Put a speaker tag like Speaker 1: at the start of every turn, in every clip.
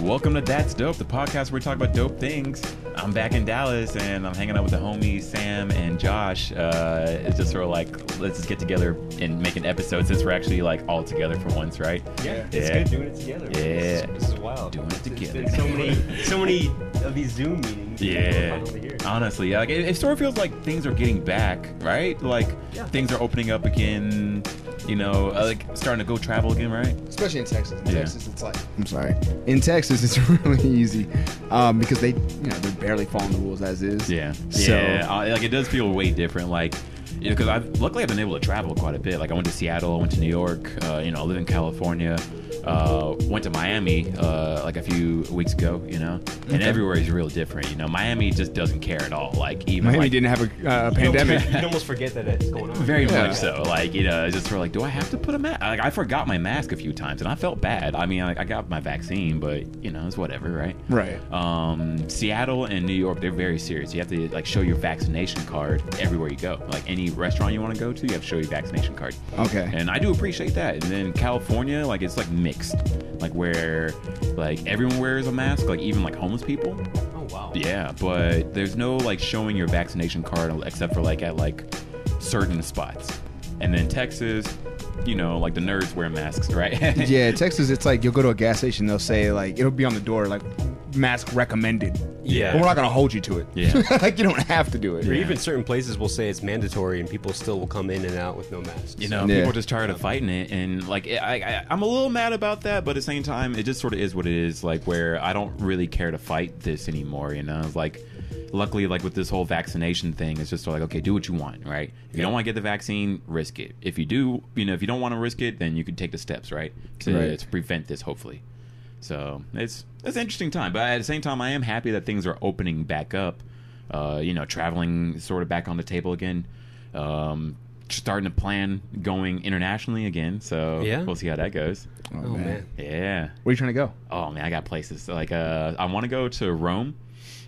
Speaker 1: Welcome to That's Dope, the podcast where we talk about dope things. I'm back in Dallas and I'm hanging out with the homies Sam and Josh. Uh, it's just sort of like let's just get together and make an episode since we're actually like all together for once, right?
Speaker 2: Yeah,
Speaker 1: Yeah.
Speaker 2: it's good doing it together.
Speaker 1: Yeah.
Speaker 2: This, is- this is wild.
Speaker 1: Doing it
Speaker 2: There's
Speaker 1: together.
Speaker 2: been so many, so many of these Zoom meetings.
Speaker 1: Yeah.
Speaker 2: Over here.
Speaker 1: Honestly, like it, it sort of feels like things are getting back, right? Like
Speaker 2: Yeah.
Speaker 1: things are opening up again. You know, uh, like starting to go travel again, right?
Speaker 3: especially in Texas. In
Speaker 1: Yeah.
Speaker 3: Texas, it's like I'm sorry. In Texas, it's really easy um, because they, you know, they're barely following the rules as is.
Speaker 1: Yeah.
Speaker 3: So
Speaker 1: yeah. I- like it does feel way different. Like, you know, because I've luckily I've been able to travel quite a bit. Like I went to Seattle, I went to New York. Uh, you know, I live in California. Uh, went to Miami uh, like a few weeks ago. You know, and everywhere is real different. You know, Miami just doesn't care at all. Like even
Speaker 3: Miami
Speaker 1: like,
Speaker 3: didn't have a, uh, a
Speaker 2: You almost-
Speaker 3: pandemic.
Speaker 2: You, almost forget that it's going on.
Speaker 1: Very
Speaker 3: Yeah.
Speaker 1: much so. Like you know, it's just sort of like, do I have to put a mask? Like I forgot my mask a few times, and I felt bad. I mean, like I got my vaccine, but you know, it's whatever, right?
Speaker 3: Right.
Speaker 1: Um, Seattle and New York, they're very serious. You have to like show your vaccination card everywhere you go. Like any restaurant you want to go to, you have to show your vaccination card.
Speaker 3: Okay.
Speaker 1: And I do appreciate that. And then California, like it's like mixed, like where like everyone wears a mask, like even like homeless people.
Speaker 2: Oh wow.
Speaker 1: Yeah, but there's no like showing your vaccination card except for like at like certain spots. And then Texas, you know, like the nerds wear masks, right?
Speaker 3: yeah, Texas, it's like you'll go to a gas station, they'll say like it'll be on the door like mask recommended.
Speaker 1: Yeah.
Speaker 3: But we're not gonna hold you to it.
Speaker 1: Yeah.
Speaker 3: like you don't have to do it.
Speaker 2: Or even certain places will say it's mandatory, and people still will come in and out with no masks.
Speaker 1: You know,
Speaker 3: Yeah.
Speaker 1: people are just tired of fighting it, and like I, I, I'm a little mad about that, but at the same time, it just sort of is what it is. Like where I don't really care to fight this anymore. You know, It's like luckily, like with this whole vaccination thing, it's just sort of like okay, do what you want, right? If you don't want to get the vaccine, risk it. If you do, you know, if you don't want to risk it, then you can take the steps, right, to,
Speaker 3: Right.
Speaker 1: to prevent this, hopefully. So it's it's an interesting time, but at the same time, I am happy that things are opening back up. Uh, you know, traveling sort of back on the table again. Um, starting to plan going internationally again. So
Speaker 2: Yeah.
Speaker 1: we'll see how that goes.
Speaker 3: Oh,
Speaker 2: Oh man.
Speaker 1: Yeah.
Speaker 3: Where are you trying to go?
Speaker 1: Oh man, I got places. Like uh, I want to go to Rome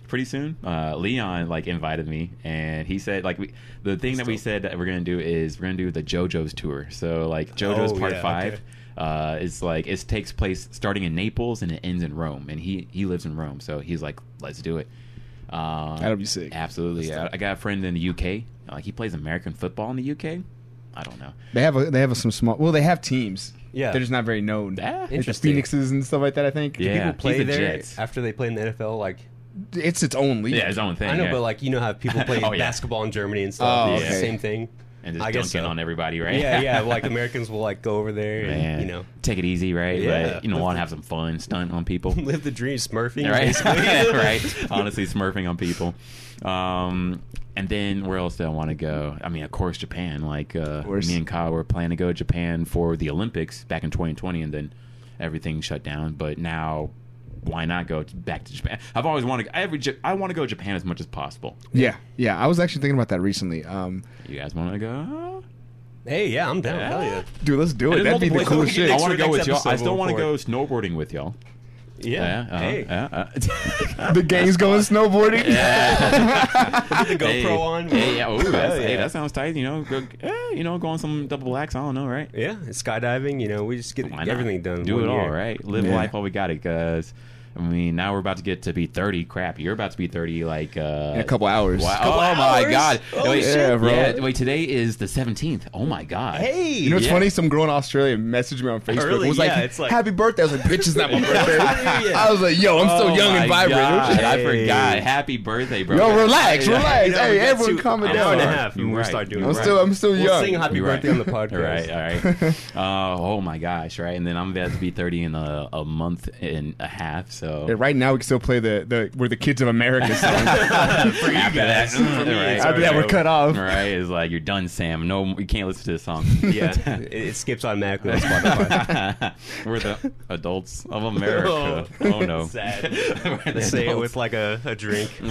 Speaker 1: pretty soon. Uh, Leon like invited me, and he said like we, the thing that we said that we're gonna do is we're gonna do the JoJo's tour. So like JoJo's
Speaker 2: Oh,
Speaker 1: Part
Speaker 2: yeah,
Speaker 1: Five.
Speaker 2: okay.
Speaker 1: Uh, it's like it takes place starting in Naples and it ends in Rome, and he he lives in Rome, so he's like, let's do it. Uh,
Speaker 3: That'll be sick.
Speaker 1: Absolutely. I, I got a friend in the UK. Like he plays American football in the UK. I don't know.
Speaker 3: They have a, they have a, some small well they have teams.
Speaker 2: Yeah.
Speaker 3: They're just not very known.
Speaker 1: Ah,
Speaker 3: Like the
Speaker 2: interesting.
Speaker 3: Phoenixes and stuff like that, I think.
Speaker 1: Yeah.
Speaker 2: People play
Speaker 1: he's a
Speaker 2: there
Speaker 1: Jets.
Speaker 2: after they play in the NFL. Like
Speaker 3: It's its own league.
Speaker 1: Yeah, his own thing.
Speaker 2: I know,
Speaker 1: yeah.
Speaker 2: but like you know how people play
Speaker 1: Oh, yeah.
Speaker 2: basketball in Germany and stuff.
Speaker 3: Oh,
Speaker 2: it's the
Speaker 3: okay.
Speaker 2: same thing.
Speaker 1: and just
Speaker 2: I
Speaker 1: dunking
Speaker 2: guess so.
Speaker 1: on everybody, right?
Speaker 2: Yeah, yeah. Like Americans will like go over there and
Speaker 1: Man,
Speaker 2: you know
Speaker 1: take it easy, right?
Speaker 2: Yeah.
Speaker 1: Like, you know, want to have some fun, stunt on people,
Speaker 2: live the dream, smurfing.
Speaker 1: right?
Speaker 2: basically.
Speaker 1: right? Honestly, smurfing on people. Um, and then where else do I want to go? I mean, of course, Japan. Like uh,
Speaker 3: course.
Speaker 1: me and Kyle were planning to go to Japan for the Olympics back in 2020, and then everything shut down. But now, why not go to- back to Japan? I've always wanted to. Every Ja- I want to go to Japan as much as possible.
Speaker 3: Yeah, yeah. I was actually thinking about that recently. Um,
Speaker 1: You guys want to go?
Speaker 2: Hey, yeah, I'm down.
Speaker 1: Yeah.
Speaker 2: Hell yeah.
Speaker 3: dude, let's do it.
Speaker 1: There's
Speaker 3: That'd be the
Speaker 1: multiple
Speaker 3: coolest
Speaker 1: places we
Speaker 3: shit.
Speaker 1: can- I
Speaker 2: Next-
Speaker 1: want to go with
Speaker 2: next
Speaker 1: y'all. I
Speaker 2: episode,
Speaker 1: still
Speaker 2: we'll
Speaker 1: want to go
Speaker 2: forward.
Speaker 1: snowboarding with y'all.
Speaker 2: Yeah.
Speaker 1: uh-huh,
Speaker 2: hey,
Speaker 1: uh-huh.
Speaker 3: the gang's going snowboarding.
Speaker 2: put the GoPro
Speaker 1: Hey,
Speaker 2: on.
Speaker 1: Hey, yeah, ooh, that's,
Speaker 2: Hell
Speaker 1: hey,
Speaker 2: yeah.
Speaker 1: that sounds tight. You know, go, eh, you know, go on some double blacks. I don't know, right?
Speaker 2: Yeah, and skydiving. You know, we just get
Speaker 1: Why not?
Speaker 2: everything done.
Speaker 1: Do
Speaker 2: one
Speaker 1: it all, right?
Speaker 2: year.
Speaker 1: Live
Speaker 3: Yeah.
Speaker 1: life while we got it, because. I mean, now we're about to get to be thirty. Crap, you're about to be thirty, like uh,
Speaker 3: In a couple hours.
Speaker 1: Wow.
Speaker 2: Couple
Speaker 1: oh my
Speaker 2: hours?
Speaker 1: god!
Speaker 2: Oh,
Speaker 1: wait,
Speaker 3: shit. Yeah, bro.
Speaker 1: yeah, wait, today is the seventeenth. Oh my god!
Speaker 2: Hey,
Speaker 3: You know what's
Speaker 1: Yeah.
Speaker 3: funny? Some girl in Australia messaged me on Facebook.
Speaker 2: Early,
Speaker 3: was like,
Speaker 2: yeah, it's like-
Speaker 3: "Happy birthday!" I was like, "Bitch, it's not my birthday."
Speaker 2: Yeah.
Speaker 3: I was like, "Yo, I'm so
Speaker 1: Oh
Speaker 3: young
Speaker 1: my
Speaker 3: and vibrant."
Speaker 1: God, I
Speaker 2: Hey.
Speaker 1: forgot. Happy birthday, bro.
Speaker 3: Yo, relax, relax.
Speaker 2: You know, we
Speaker 3: hey,
Speaker 2: got
Speaker 3: everyone,
Speaker 2: two-
Speaker 3: calm it
Speaker 2: an hour and a
Speaker 3: down.
Speaker 2: half, and
Speaker 1: You're
Speaker 2: we'll
Speaker 1: right.
Speaker 2: start doing.
Speaker 3: I'm
Speaker 1: You're
Speaker 2: it.
Speaker 3: still, I'm still
Speaker 2: We'll
Speaker 3: young.
Speaker 2: sing happy
Speaker 1: You're
Speaker 2: birthday
Speaker 1: right.
Speaker 2: on the podcast.
Speaker 1: Right, all right. uh, oh my gosh, right? And then I'm about to be 30 in a, a month and a half. So
Speaker 3: Yeah, right now, we can still play the, the "We're the Kids of America" song.
Speaker 1: after that,
Speaker 2: me, it's
Speaker 1: right,
Speaker 3: After that, we're cut off.
Speaker 1: right? It's like you're done, Sam. No, you can't listen to this song.
Speaker 2: Yeah, it, it skips automatically on Spotify.
Speaker 1: we're the adults of America. Oh,
Speaker 2: Oh.
Speaker 1: no,
Speaker 2: Sad.
Speaker 1: We're the
Speaker 2: They say it
Speaker 1: adults.
Speaker 2: with like a, a drink.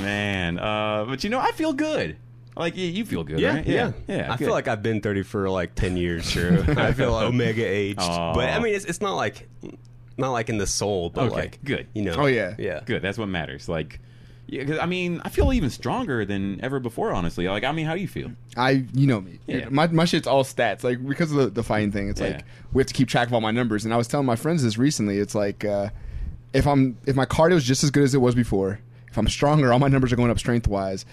Speaker 1: man. Uh, but you know, I feel good. Like you, you feel good, right? yeah.
Speaker 2: I
Speaker 1: good.
Speaker 2: feel like I've been 30 for like 10 years. True. I feel like omega aged,
Speaker 1: Aw.
Speaker 2: but I mean, it's, it's not like, not like in the soul, but
Speaker 1: Okay,
Speaker 2: like
Speaker 1: good.
Speaker 2: You know.
Speaker 3: Oh, yeah.
Speaker 2: Yeah.
Speaker 1: good. That's what matters. Like, Yeah, 'cause, I mean, I feel even stronger than ever before. Honestly, like, I mean, how do you feel?
Speaker 3: I, you know me.
Speaker 1: Yeah.
Speaker 3: My, my shit's all stats. Like, because of the, the fighting thing, it's
Speaker 1: Yeah.
Speaker 3: like, we have to keep track of all my numbers. And I was telling my friends this recently. It's like, uh, if I'm, if my cardio is just as good as it was before, if I'm stronger, all my numbers are going up strength wise.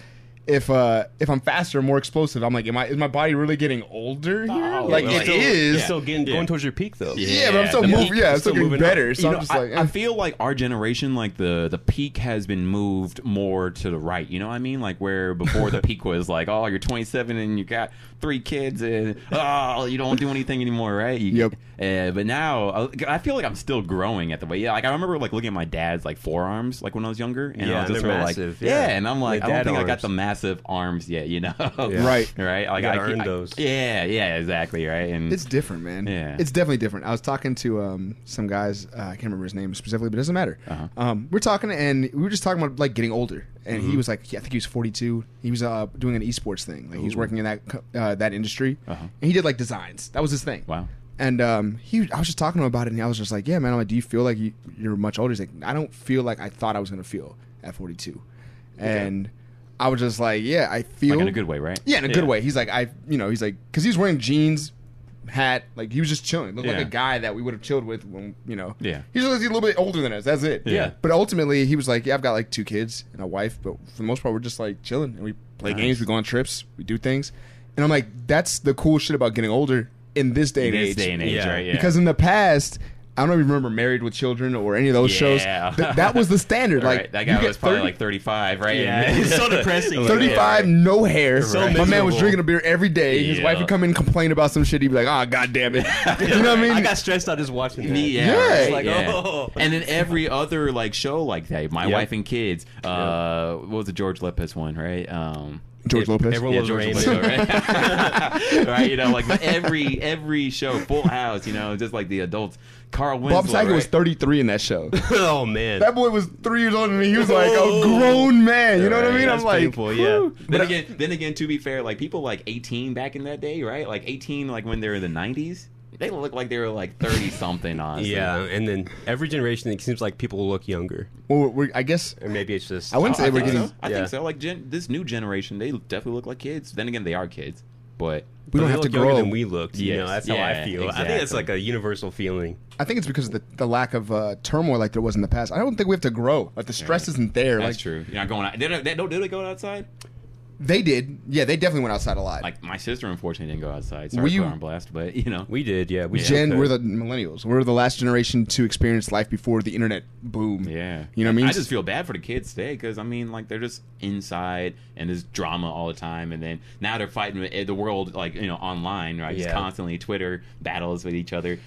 Speaker 3: If, uh, if I'm faster, more explosive, I'm like, am I, is my body really getting older here?
Speaker 1: Oh,
Speaker 3: like,
Speaker 1: well, like-
Speaker 3: it is.
Speaker 2: You're
Speaker 1: Yeah.
Speaker 2: still getting,
Speaker 1: Yeah.
Speaker 2: going towards your peak though.
Speaker 1: Yeah.
Speaker 3: Yeah, but I'm still
Speaker 1: the
Speaker 3: moving.
Speaker 2: peak
Speaker 3: Yeah,
Speaker 2: is
Speaker 3: I'm still
Speaker 2: still
Speaker 3: getting
Speaker 2: moving up.
Speaker 3: better. So
Speaker 1: You
Speaker 3: I'm
Speaker 1: know,
Speaker 3: just
Speaker 1: I,
Speaker 3: like,
Speaker 1: I
Speaker 3: eh.
Speaker 1: feel like our generation, like the the peak has been moved more to the right. You know what I mean? Like where before the peak was like, oh, you're 27 and you got three kids and oh, you don't do anything anymore, right? You,
Speaker 3: Yep.
Speaker 1: Uh, but now I- I feel like I'm still growing at the way. Yeah, like I remember like looking at my dad's like forearms like when I was younger, and I
Speaker 2: Yeah,
Speaker 1: was just
Speaker 2: they're
Speaker 1: sort of
Speaker 2: massive,
Speaker 1: like,
Speaker 2: yeah.
Speaker 1: and I'm like,
Speaker 2: Like
Speaker 1: I don't
Speaker 2: dad
Speaker 1: think I got
Speaker 2: arms.
Speaker 1: the massive arms yet. You know,
Speaker 3: Right.
Speaker 1: right? Like
Speaker 2: gotta
Speaker 1: I
Speaker 2: earn
Speaker 1: I-
Speaker 2: those.
Speaker 1: Yeah, yeah, exactly, right. And
Speaker 3: It's different, man.
Speaker 1: Yeah.
Speaker 3: It's definitely different. I was talking to um, some guys. Uh, I can't remember his name specifically, but it doesn't matter.
Speaker 1: Uh-huh.
Speaker 3: Um, we're talking, and we were just talking about like getting older. And
Speaker 1: Mm-hmm.
Speaker 3: he was like, yeah, I think he was 42. He was uh, doing an esports thing. Like he was working in that co- uh, that industry,
Speaker 1: Uh-huh.
Speaker 3: and he did like designs. That was his thing.
Speaker 1: wow.
Speaker 3: And um, he, I was just talking to him about it, and I was just like, "Yeah, man. I'm like, do you feel like you, you're much older?" He's like, "I don't feel like I thought I was gonna feel at 42," and I was just like, "Yeah, I feel
Speaker 1: Like in a good way, right?
Speaker 3: yeah, in a good way. He's like, I, you know, he's like, because he's wearing jeans, hat, like he was just chilling. Looked
Speaker 1: Yeah.
Speaker 3: like a guy that we would have chilled with when, you know.
Speaker 1: Yeah.
Speaker 3: He's just a little bit older than us. That's it.
Speaker 1: Yeah.
Speaker 3: But ultimately, he was like, yeah, I've got like two kids and a wife, but for the most part, we're just like chilling and we play
Speaker 1: Nice.
Speaker 3: games, we go on trips, we do things. And I'm like, that's the cool shit about getting older in this day and
Speaker 1: This
Speaker 3: age.
Speaker 1: day and age,
Speaker 2: Yeah.
Speaker 1: right? Yeah.
Speaker 3: Because in the past, I don't even remember Married with Children or any of those shows.
Speaker 1: Yeah.
Speaker 3: Th- that was the standard.
Speaker 1: All
Speaker 3: like
Speaker 1: right, that
Speaker 3: you
Speaker 1: guy
Speaker 3: get
Speaker 1: was probably
Speaker 3: 30
Speaker 1: like 35, right?
Speaker 2: Yeah.
Speaker 1: And-
Speaker 2: It's so depressing. Yeah,
Speaker 3: 35, no hair.
Speaker 2: So
Speaker 3: My man was
Speaker 2: miserable.
Speaker 3: drinking a beer every day. His
Speaker 1: Yeah.
Speaker 3: wife would come in and complain about some shit. He'd be like, oh, god damn it. you know what I mean?
Speaker 2: I got stressed out just watching that.
Speaker 1: Yeah,
Speaker 3: Yeah.
Speaker 1: right,
Speaker 2: It's like,
Speaker 1: yeah.
Speaker 2: oh.
Speaker 1: and then every other like show like that, my
Speaker 2: Yep.
Speaker 1: wife and kids. Uh, what was the George Lopez one, right? Um,
Speaker 3: George Lopez.
Speaker 2: everyone-
Speaker 1: yeah,
Speaker 2: Lopez.
Speaker 1: George Lopez, right? right, you know, like every every show, Full House, you know, just like the adults. Carl Winslow,
Speaker 3: Bob Saget
Speaker 1: right?
Speaker 3: was 33 in that show.
Speaker 2: Oh man.
Speaker 3: that boy was three years older than me. He was like a
Speaker 2: Whoa.
Speaker 3: grown man. You know what I
Speaker 1: Right,
Speaker 3: mean?
Speaker 2: that's
Speaker 3: I'm like,
Speaker 2: painful, yeah.
Speaker 3: whew.
Speaker 1: Then again, then again, to be fair, like people like 18 back in that day, right? Like 18, like when they're in the 90s, they look like they were like 30 something, honestly.
Speaker 2: yeah, and then every generation it seems like people look younger.
Speaker 3: well, we're, I guess
Speaker 2: Or maybe it's just
Speaker 3: I wouldn't
Speaker 1: Oh,
Speaker 3: say
Speaker 1: I
Speaker 3: we're
Speaker 1: think
Speaker 3: getting-
Speaker 1: so. I
Speaker 2: Yeah.
Speaker 1: think so. Like gen- this new generation, they definitely look like kids. Then again, they are kids, but
Speaker 3: we
Speaker 2: But
Speaker 3: don't
Speaker 2: they
Speaker 3: have to
Speaker 2: look younger
Speaker 3: grow.
Speaker 2: than we looked. You
Speaker 1: Yes.
Speaker 2: know, that's how
Speaker 1: Yeah,
Speaker 2: I feel. I think that's
Speaker 1: exactly.
Speaker 2: like a universal feeling.
Speaker 3: I think it's because of the, the lack of uh, turmoil like there was in the past. I don't think we have to grow. Like the stress isn't there.
Speaker 1: that's
Speaker 3: like
Speaker 1: true. You're not going out. They don't, they don't. Do they go outside?
Speaker 3: they did. Yeah, they definitely went outside a lot.
Speaker 1: Like my sister, unfortunately, didn't go outside. Sorry
Speaker 3: Were
Speaker 1: for
Speaker 3: you-
Speaker 1: on blast, but you know.
Speaker 2: We did, yeah. We
Speaker 3: Gen,
Speaker 2: took
Speaker 3: we're
Speaker 2: a-
Speaker 3: the millennials. We're the last generation to experience life before the internet boom.
Speaker 1: yeah,
Speaker 3: You know what I mean?
Speaker 1: I just feel bad for the kids today because I mean, like they're just inside and there's drama all the time, and then now they're fighting with eh, the world, like you know, online, right? Just
Speaker 2: Yeah.
Speaker 1: constantly Twitter battles with each other.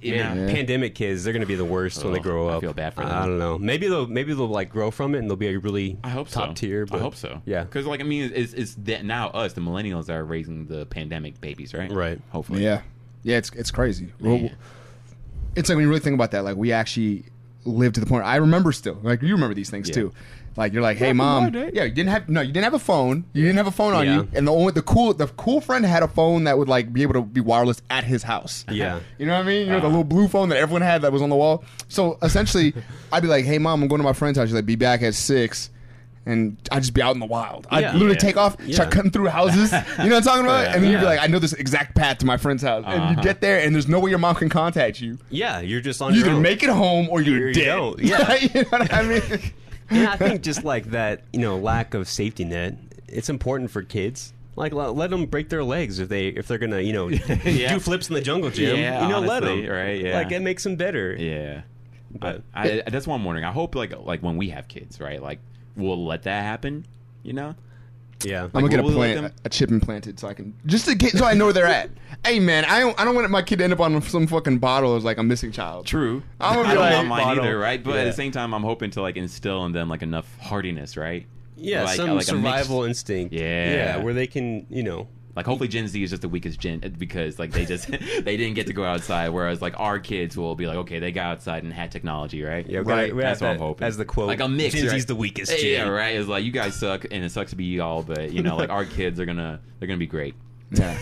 Speaker 1: You
Speaker 2: Man,
Speaker 1: know?
Speaker 2: pandemic kids, they're gonna be the worst when they
Speaker 1: Ugh,
Speaker 2: grow
Speaker 1: Oh, I
Speaker 2: up.
Speaker 1: feel bad for
Speaker 2: I
Speaker 1: them.
Speaker 2: don't know. Maybe they'll maybe they'll like grow from it and they'll be a really
Speaker 1: I hope
Speaker 2: top
Speaker 1: so.
Speaker 2: tier. But
Speaker 1: I hope so.
Speaker 2: Yeah.
Speaker 1: because like I mean, it's it's that now us the millennials are raising the pandemic babies, right?
Speaker 2: Right.
Speaker 1: Hopefully.
Speaker 3: Yeah, yeah, it's it's crazy. Well,
Speaker 1: Man.
Speaker 3: it's like when you really think about that, like we actually lived to the point. I remember still, like you remember these things
Speaker 1: Yeah.
Speaker 3: too. Like you're like, hey
Speaker 1: in my
Speaker 3: mom,
Speaker 1: day.
Speaker 3: yeah, you didn't have no, you didn't have a phone, you didn't have a phone on
Speaker 2: Yeah.
Speaker 3: you, and the only the cool the cool friend had a phone that would like be able to be wireless at his house.
Speaker 2: Yeah.
Speaker 3: You know what I mean? You know, the
Speaker 1: Uh-huh.
Speaker 3: little blue phone that everyone had that was on the wall. So essentially, I'd be like, hey, mom, I'm going to my friend's house. She's like, be back at six. And I'd just be out in the wild. I'd
Speaker 2: Yeah.
Speaker 3: literally
Speaker 2: Yeah.
Speaker 3: take off,
Speaker 2: Yeah.
Speaker 3: start cutting through houses. You know what I'm talking about?
Speaker 1: Yeah.
Speaker 3: And then you'd be
Speaker 1: Yeah.
Speaker 3: like, I know this exact path to my friend's house. And
Speaker 1: Uh-huh.
Speaker 3: you get there, and there's no way your mom can contact you.
Speaker 2: Yeah, you're just on
Speaker 3: You
Speaker 2: your
Speaker 3: either
Speaker 2: own.
Speaker 3: make it home or you're
Speaker 2: you
Speaker 3: dead.
Speaker 2: don't. Yeah.
Speaker 3: you know what I mean?
Speaker 2: and I think just like that, you know, lack of safety net, it's important for kids. Like let, let them break their legs if they if they're gonna you know
Speaker 1: Yeah.
Speaker 2: do flips in the jungle gym.
Speaker 1: Yeah,
Speaker 2: you know, let
Speaker 1: honestly,
Speaker 2: them
Speaker 1: right, yeah.
Speaker 2: Like it makes them better.
Speaker 1: Yeah.
Speaker 2: But-
Speaker 1: I, I, that's what I'm wondering. I hope like like when we have kids, right? Like we'll let that happen. You know.
Speaker 2: yeah.
Speaker 3: I'm gonna get a
Speaker 1: will we let
Speaker 3: plant,
Speaker 1: them-
Speaker 3: a chip implanted, so I can just to get so I know where they're at. hey man, I don't, I don't want my kid to end up on some fucking bottle as like a missing child.
Speaker 1: True.
Speaker 3: I'm gonna
Speaker 1: I
Speaker 3: be
Speaker 1: don't
Speaker 3: like,
Speaker 1: want mine
Speaker 2: bottle.
Speaker 1: either, right? But at
Speaker 2: Yeah.
Speaker 1: the same time, I'm hoping to like instill in them like enough hardiness, right?
Speaker 2: Yeah,
Speaker 1: like,
Speaker 2: some
Speaker 1: like a mixed-
Speaker 2: survival instinct.
Speaker 1: Yeah.
Speaker 2: yeah, where they can, you know,
Speaker 1: Like hopefully Gen Z is just the weakest gen because like they just they didn't get to go outside, whereas like our kids will be like, okay, they got outside and had technology, right?
Speaker 2: Yeah, we
Speaker 3: Right,
Speaker 2: gotta- we
Speaker 1: That's
Speaker 2: have
Speaker 1: what I'm
Speaker 2: that
Speaker 1: hoping.
Speaker 2: As the quote,
Speaker 1: like a mix.
Speaker 2: Gen
Speaker 1: right?
Speaker 2: Z's the weakest. Gen.
Speaker 1: Yeah, right. It's like you guys suck, and it sucks to be y'all, but you know, like our kids are gonna they're gonna be great.
Speaker 3: Yeah,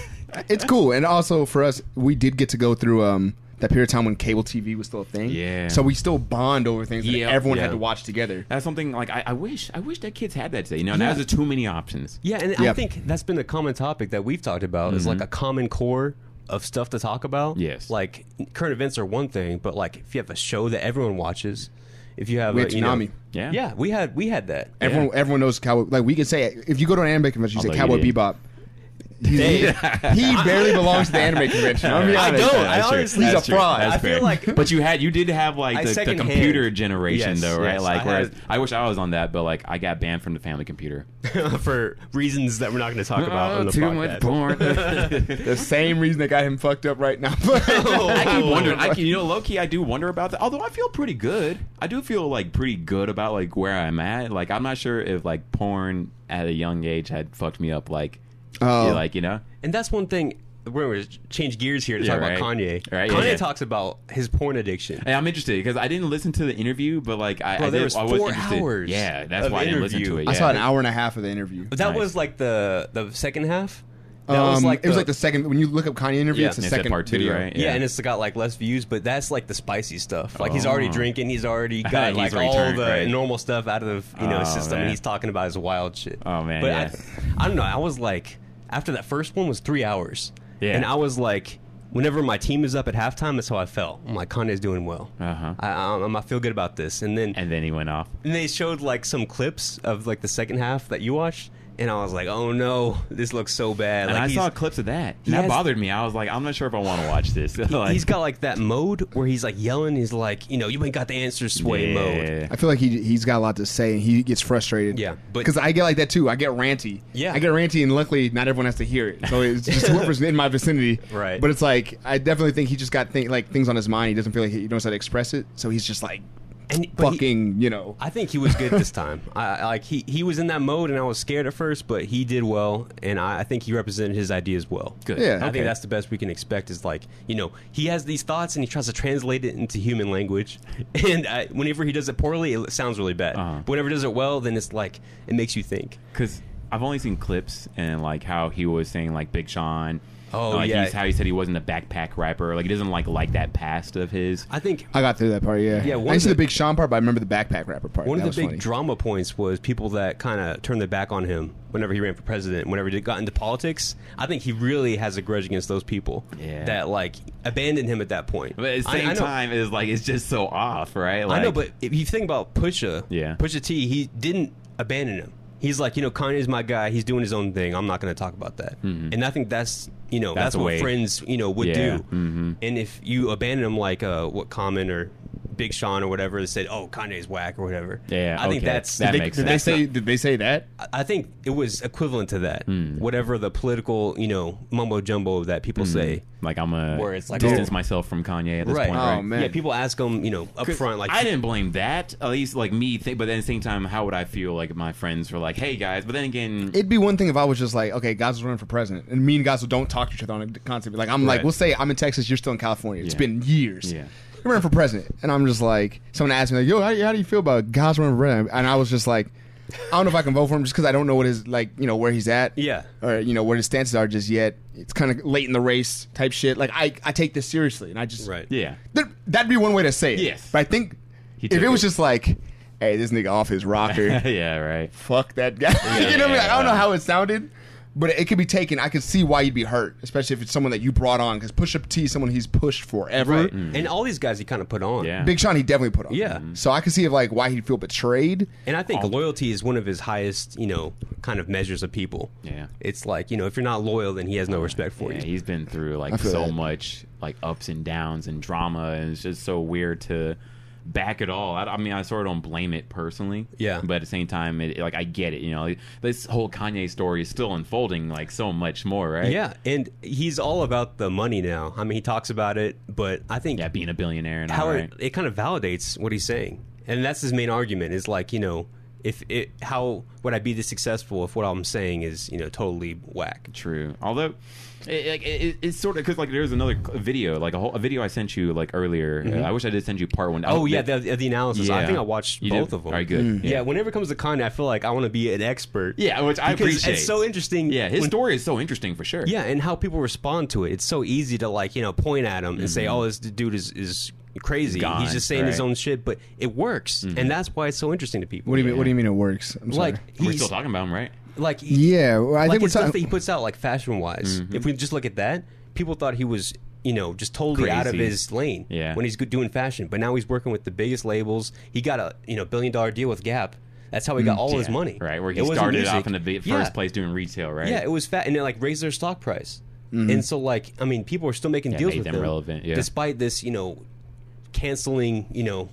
Speaker 3: it's cool. And also for us, we did get to go through um, that period of time when cable TV was still a thing.
Speaker 1: Yeah.
Speaker 3: So we still bond over things
Speaker 1: Yeah.
Speaker 3: that everyone
Speaker 2: Yeah.
Speaker 3: had to watch together.
Speaker 1: That's something like I, I wish I wish that kids had that today. You know, now
Speaker 3: Yeah.
Speaker 1: there's too many options.
Speaker 2: Yeah, and I
Speaker 3: Yeah.
Speaker 2: think that's been a common topic that we've talked about is like a common core of stuff to talk about.
Speaker 1: Mm-hmm. Yes.
Speaker 2: Like current events are one thing, but like if you have a show that everyone watches, if you have
Speaker 3: We
Speaker 2: a
Speaker 3: had
Speaker 2: you know-
Speaker 3: Tsunami.
Speaker 1: Yeah.
Speaker 2: Yeah, we had we had that.
Speaker 3: Everyone, everyone knows cowboy. Like we can say, if you go to an anime convention,
Speaker 2: Oh,
Speaker 3: you say
Speaker 1: Although
Speaker 3: Cowboy
Speaker 1: you did.
Speaker 3: Bebop. He, he barely belongs to the anime convention. I'm gonna be
Speaker 2: I
Speaker 3: honest.
Speaker 2: don't. I
Speaker 1: That's true.
Speaker 2: honestly-
Speaker 1: That's
Speaker 3: He's a
Speaker 1: true.
Speaker 3: fraud.
Speaker 1: That's
Speaker 2: I feel
Speaker 1: fair.
Speaker 2: like-
Speaker 1: but you had, you did have
Speaker 2: I
Speaker 1: like the, the
Speaker 2: second
Speaker 1: computer
Speaker 2: hand.
Speaker 1: generation
Speaker 2: Yes,
Speaker 1: though, right?
Speaker 2: yes,
Speaker 1: like,
Speaker 2: I
Speaker 1: whereas
Speaker 2: had-
Speaker 1: I wish I was on that, but like I got banned from the family computer.
Speaker 2: for reasons that we're not going to talk about on the podcast.
Speaker 1: porn.
Speaker 3: The same reason that got him fucked up right now. I
Speaker 1: I keep wondering. I, keep- you know, low key, I do wonder about that. Although I feel pretty good. I do feel like pretty good about like where I'm at. Like I'm not sure if like porn at a young age had fucked me up. Like,
Speaker 3: Oh.
Speaker 1: yeah, like you know,
Speaker 2: And that's one thing. We're going to change gears here to
Speaker 1: Yeah,
Speaker 2: talk about
Speaker 1: right.
Speaker 2: Kanye.
Speaker 1: Right, yeah,
Speaker 2: Kanye
Speaker 1: yeah.
Speaker 2: talks about his porn addiction.
Speaker 1: Hey, I'm interested because I didn't listen to the interview, but like I,
Speaker 2: Bro,
Speaker 1: I,
Speaker 2: there
Speaker 1: did,
Speaker 2: was
Speaker 1: I was
Speaker 2: four
Speaker 1: interested.
Speaker 2: hours
Speaker 1: Yeah, that's
Speaker 2: of
Speaker 1: why I didn't listen to
Speaker 2: interview.
Speaker 1: it.
Speaker 3: I
Speaker 1: yeah.
Speaker 3: saw an hour and a half of the interview.
Speaker 2: But that
Speaker 1: Nice.
Speaker 2: was like the the second half. That was
Speaker 3: Um,
Speaker 2: like
Speaker 3: it was like the second when you look up Kanye interview.
Speaker 2: Yeah.
Speaker 3: It's the
Speaker 1: And it said
Speaker 3: second
Speaker 1: part two,
Speaker 3: video.
Speaker 1: right?
Speaker 2: Yeah. and it's got like less views, but that's like the spicy stuff. Like he's already
Speaker 1: Oh.
Speaker 2: drinking, he's already got
Speaker 1: He's
Speaker 2: like
Speaker 1: already
Speaker 2: all
Speaker 1: turned,
Speaker 2: the
Speaker 1: right.
Speaker 2: normal stuff out of you know his
Speaker 1: Oh,
Speaker 2: system,
Speaker 1: man.
Speaker 2: and he's talking about his wild shit.
Speaker 1: Oh, man,
Speaker 2: But
Speaker 1: yeah.
Speaker 2: I, I don't know. I was like, after that first one was three hours,
Speaker 1: Yeah.
Speaker 2: and I was like, whenever my team is up at halftime, that's how I felt. I'm like, Kanye's doing well.
Speaker 1: Uh-huh.
Speaker 2: I, I, I'm- I feel good about this, and then
Speaker 1: and then he went off.
Speaker 2: and they showed like some clips of like the second half that you watched, and I was like, oh no, this looks so bad.
Speaker 1: And
Speaker 2: like
Speaker 1: I
Speaker 2: he's-
Speaker 1: saw clips of that.
Speaker 2: he
Speaker 1: And that
Speaker 2: has-
Speaker 1: bothered me. I was like, I'm not sure if I want to watch this. like,
Speaker 2: he's got like that mode where he's like yelling. He's like, you know, you ain't got the answer, sway mode.
Speaker 1: Yeah.
Speaker 3: I feel like he he's got a lot to say and he gets frustrated.
Speaker 2: Yeah, but-
Speaker 3: because I get like that too. I get ranty.
Speaker 2: Yeah.
Speaker 3: I get ranty, and luckily not everyone has to hear it. So it's just whoever's in my vicinity.
Speaker 2: Right.
Speaker 3: But it's like I definitely think he just got thi- like things on his mind. He doesn't feel like he knows how to express it, so he's just like
Speaker 2: And but he-
Speaker 3: fucking. you know,
Speaker 2: I think he was good this time. I I- like he he was in that mode, and I was scared at first, but he did well, and I, I think he represented his ideas well.
Speaker 1: Good.
Speaker 3: Yeah.
Speaker 2: I
Speaker 3: Okay.
Speaker 2: think that's the best we can expect is like, you know, he has these thoughts and he tries to translate it into human language. And I, whenever he does it poorly, it sounds really bad.
Speaker 1: Uh-huh.
Speaker 2: But whenever he does it well, then it's like, it makes you think.
Speaker 1: because I've only seen clips and like how he was saying like Big Sean.
Speaker 2: Oh,
Speaker 1: like,
Speaker 2: yeah.
Speaker 1: He's, how he said he wasn't a backpack rapper. Like he doesn't like like that past of his.
Speaker 2: I think
Speaker 3: I got through that part. Yeah.
Speaker 2: Yeah,
Speaker 3: I
Speaker 2: one
Speaker 3: didn't
Speaker 2: of
Speaker 3: see
Speaker 2: the-
Speaker 3: the Big Sean part, but I remember the backpack rapper part.
Speaker 2: One
Speaker 3: That
Speaker 2: of
Speaker 3: was
Speaker 2: the big
Speaker 3: funny.
Speaker 2: drama points was people that kind of turned their back on him whenever he ran for president, whenever he got into politics. I think he really has a grudge against those people
Speaker 1: Yeah.
Speaker 2: that like abandoned him at that point.
Speaker 1: But at the
Speaker 2: I-
Speaker 1: same
Speaker 2: I know-
Speaker 1: time, it's like it's just so off, right? Like,
Speaker 2: I know, but if you think about Pusha,
Speaker 1: Yeah.
Speaker 2: Pusha T, he didn't abandon him. He's like, you know, Kanye's my guy. He's doing his own thing. I'm not going to talk about that. And I think that's, you know,
Speaker 1: Mm-hmm. That's
Speaker 2: that's,
Speaker 1: the
Speaker 2: what
Speaker 1: way.
Speaker 2: friends, you know, would
Speaker 1: Yeah. Mm-hmm.
Speaker 2: do. And if you abandon him, like uh, what Common or Big Sean or whatever, they said, oh, Kanye's whack or whatever.
Speaker 1: Yeah,
Speaker 2: I think
Speaker 1: okay.
Speaker 2: that's
Speaker 1: That
Speaker 2: the-
Speaker 1: makes
Speaker 3: Did
Speaker 1: sense.
Speaker 3: they
Speaker 1: That's
Speaker 3: say? Did they say that?
Speaker 2: I- I think it was equivalent to that.
Speaker 1: Hmm.
Speaker 2: Whatever the political, you know, mumbo jumbo that people say.
Speaker 1: like I'm a
Speaker 2: Where it's like,
Speaker 1: distance
Speaker 2: oh.
Speaker 1: myself from Kanye at this
Speaker 2: Right.
Speaker 1: point.
Speaker 3: Oh,
Speaker 1: right?
Speaker 3: man.
Speaker 2: Yeah, people ask them, you know, up front, like,
Speaker 1: I didn't blame that. At least like me, think, but at the same time, how would I feel like if my friends were like, "Hey guys," but then again,
Speaker 3: It'd be one thing if I was just like, okay, guys was running for president, and me and guys don't talk to each other on a concept. Like, I'm
Speaker 1: Right.
Speaker 3: like, we'll say I'm in Texas, you're still in California. It's
Speaker 1: Yeah.
Speaker 3: been years.
Speaker 1: Yeah.
Speaker 3: You're running for president, and I'm just like, someone asked me like, yo, how, how do you feel about guys running for president? And I was just like, I don't know if I can vote for him just because I don't know what his like, you know, where he's at,
Speaker 2: Yeah.
Speaker 3: or you know, what his stances are just yet. It's kind of late in the race type shit. Like, I I take this seriously, and I just
Speaker 2: Right.
Speaker 1: yeah,
Speaker 3: there, that'd be one way to say it.
Speaker 1: Yes.
Speaker 3: but I think
Speaker 1: He
Speaker 3: if it
Speaker 1: took
Speaker 3: was
Speaker 1: it.
Speaker 3: just like, hey, this nigga off his rocker
Speaker 1: yeah, right.
Speaker 3: fuck that guy. you know what I mean? I don't know how it sounded, but it could be taken. I could see why you'd be hurt, especially if it's someone that you brought on. Because Push Up T is someone he's pushed forever.
Speaker 2: right. And all these guys he kind of put on.
Speaker 1: Mm. Yeah.
Speaker 3: Big Sean, he definitely put on.
Speaker 2: Yeah. Mhm.
Speaker 3: So I could see if, like why he'd feel betrayed.
Speaker 2: And I think loyalty is one of his highest, you know, kind of measures of people.
Speaker 1: Yeah. Oh,
Speaker 2: It's like, you know, if you're not loyal, then he has no respect for
Speaker 1: Yeah,
Speaker 2: you.
Speaker 1: he's been through
Speaker 3: I
Speaker 1: like
Speaker 3: feel
Speaker 1: so
Speaker 3: that.
Speaker 1: much like ups and downs and drama, and it's just so weird to back it all. I, I mean, I sort of don't blame it personally.
Speaker 2: Yeah.
Speaker 1: but at the same time, it, like I get it. You know, Like, this whole Kanye story is still unfolding like so much more, right?
Speaker 2: Yeah. And he's all about the money now. I mean, he talks about it, but I think
Speaker 1: yeah, being a billionaire and
Speaker 2: how
Speaker 1: all
Speaker 2: it,
Speaker 1: right.
Speaker 2: it kind of validates what he's saying. And that's his main argument is like, you know, if it how would I be this successful if what I'm saying is you know totally whack?
Speaker 1: True. Although it, like, it, it- it's sort of because like there's another c- video, like a whole a video I sent you like earlier. Uh, I wish I did send you part one. I
Speaker 2: Mm-hmm. Oh
Speaker 1: don't
Speaker 2: yeah,
Speaker 1: think-
Speaker 2: the, the analysis. I
Speaker 1: Yeah.
Speaker 2: think I watched
Speaker 1: You did?
Speaker 2: both of them. Mm.
Speaker 1: All right, good.
Speaker 2: Yeah.
Speaker 1: Yeah.
Speaker 2: whenever it comes to Kanye, I feel like I want to be an expert.
Speaker 1: yeah, which I
Speaker 2: because
Speaker 1: appreciate.
Speaker 2: it's so interesting.
Speaker 1: yeah, his
Speaker 2: when-
Speaker 1: story is so interesting for sure.
Speaker 2: Yeah, and how people respond to it. It's so easy to like you know point at him and say, "Oh, this dude is is crazy.
Speaker 1: Mm-hmm. Gone,
Speaker 2: He's just saying his
Speaker 1: right. Mm-hmm.
Speaker 2: own shit," but it works, and that's why it's so interesting to people.
Speaker 3: What do you mean? What do you mean it works? I'm sorry.
Speaker 2: Like
Speaker 1: we're
Speaker 2: he's
Speaker 1: still talking about him, right?
Speaker 2: like
Speaker 3: yeah, well, I
Speaker 2: like
Speaker 3: think we're
Speaker 2: the stuff
Speaker 3: talking.
Speaker 2: that he puts out, like fashion wise.
Speaker 1: Mm-hmm.
Speaker 2: If we just look at that, people thought he was, you know, just totally out of
Speaker 1: Crazy.
Speaker 2: his lane
Speaker 1: Yeah.
Speaker 2: when he's good doing fashion. But now he's working with the biggest labels. He got a you know billion dollar deal with Gap. That's how he got all his
Speaker 1: Mm, Yeah.
Speaker 2: money.
Speaker 1: Right, where he
Speaker 2: It wasn't
Speaker 1: started
Speaker 2: music.
Speaker 1: off in the bi- first
Speaker 2: Yeah.
Speaker 1: place doing retail, right? Mm-hmm.
Speaker 2: Yeah, it was fat, and it like raised their stock price. And so, like, I mean, people are still making deals
Speaker 1: made
Speaker 2: with
Speaker 1: them
Speaker 2: them,
Speaker 1: relevant, yeah.
Speaker 2: despite this, you know, canceling, you know,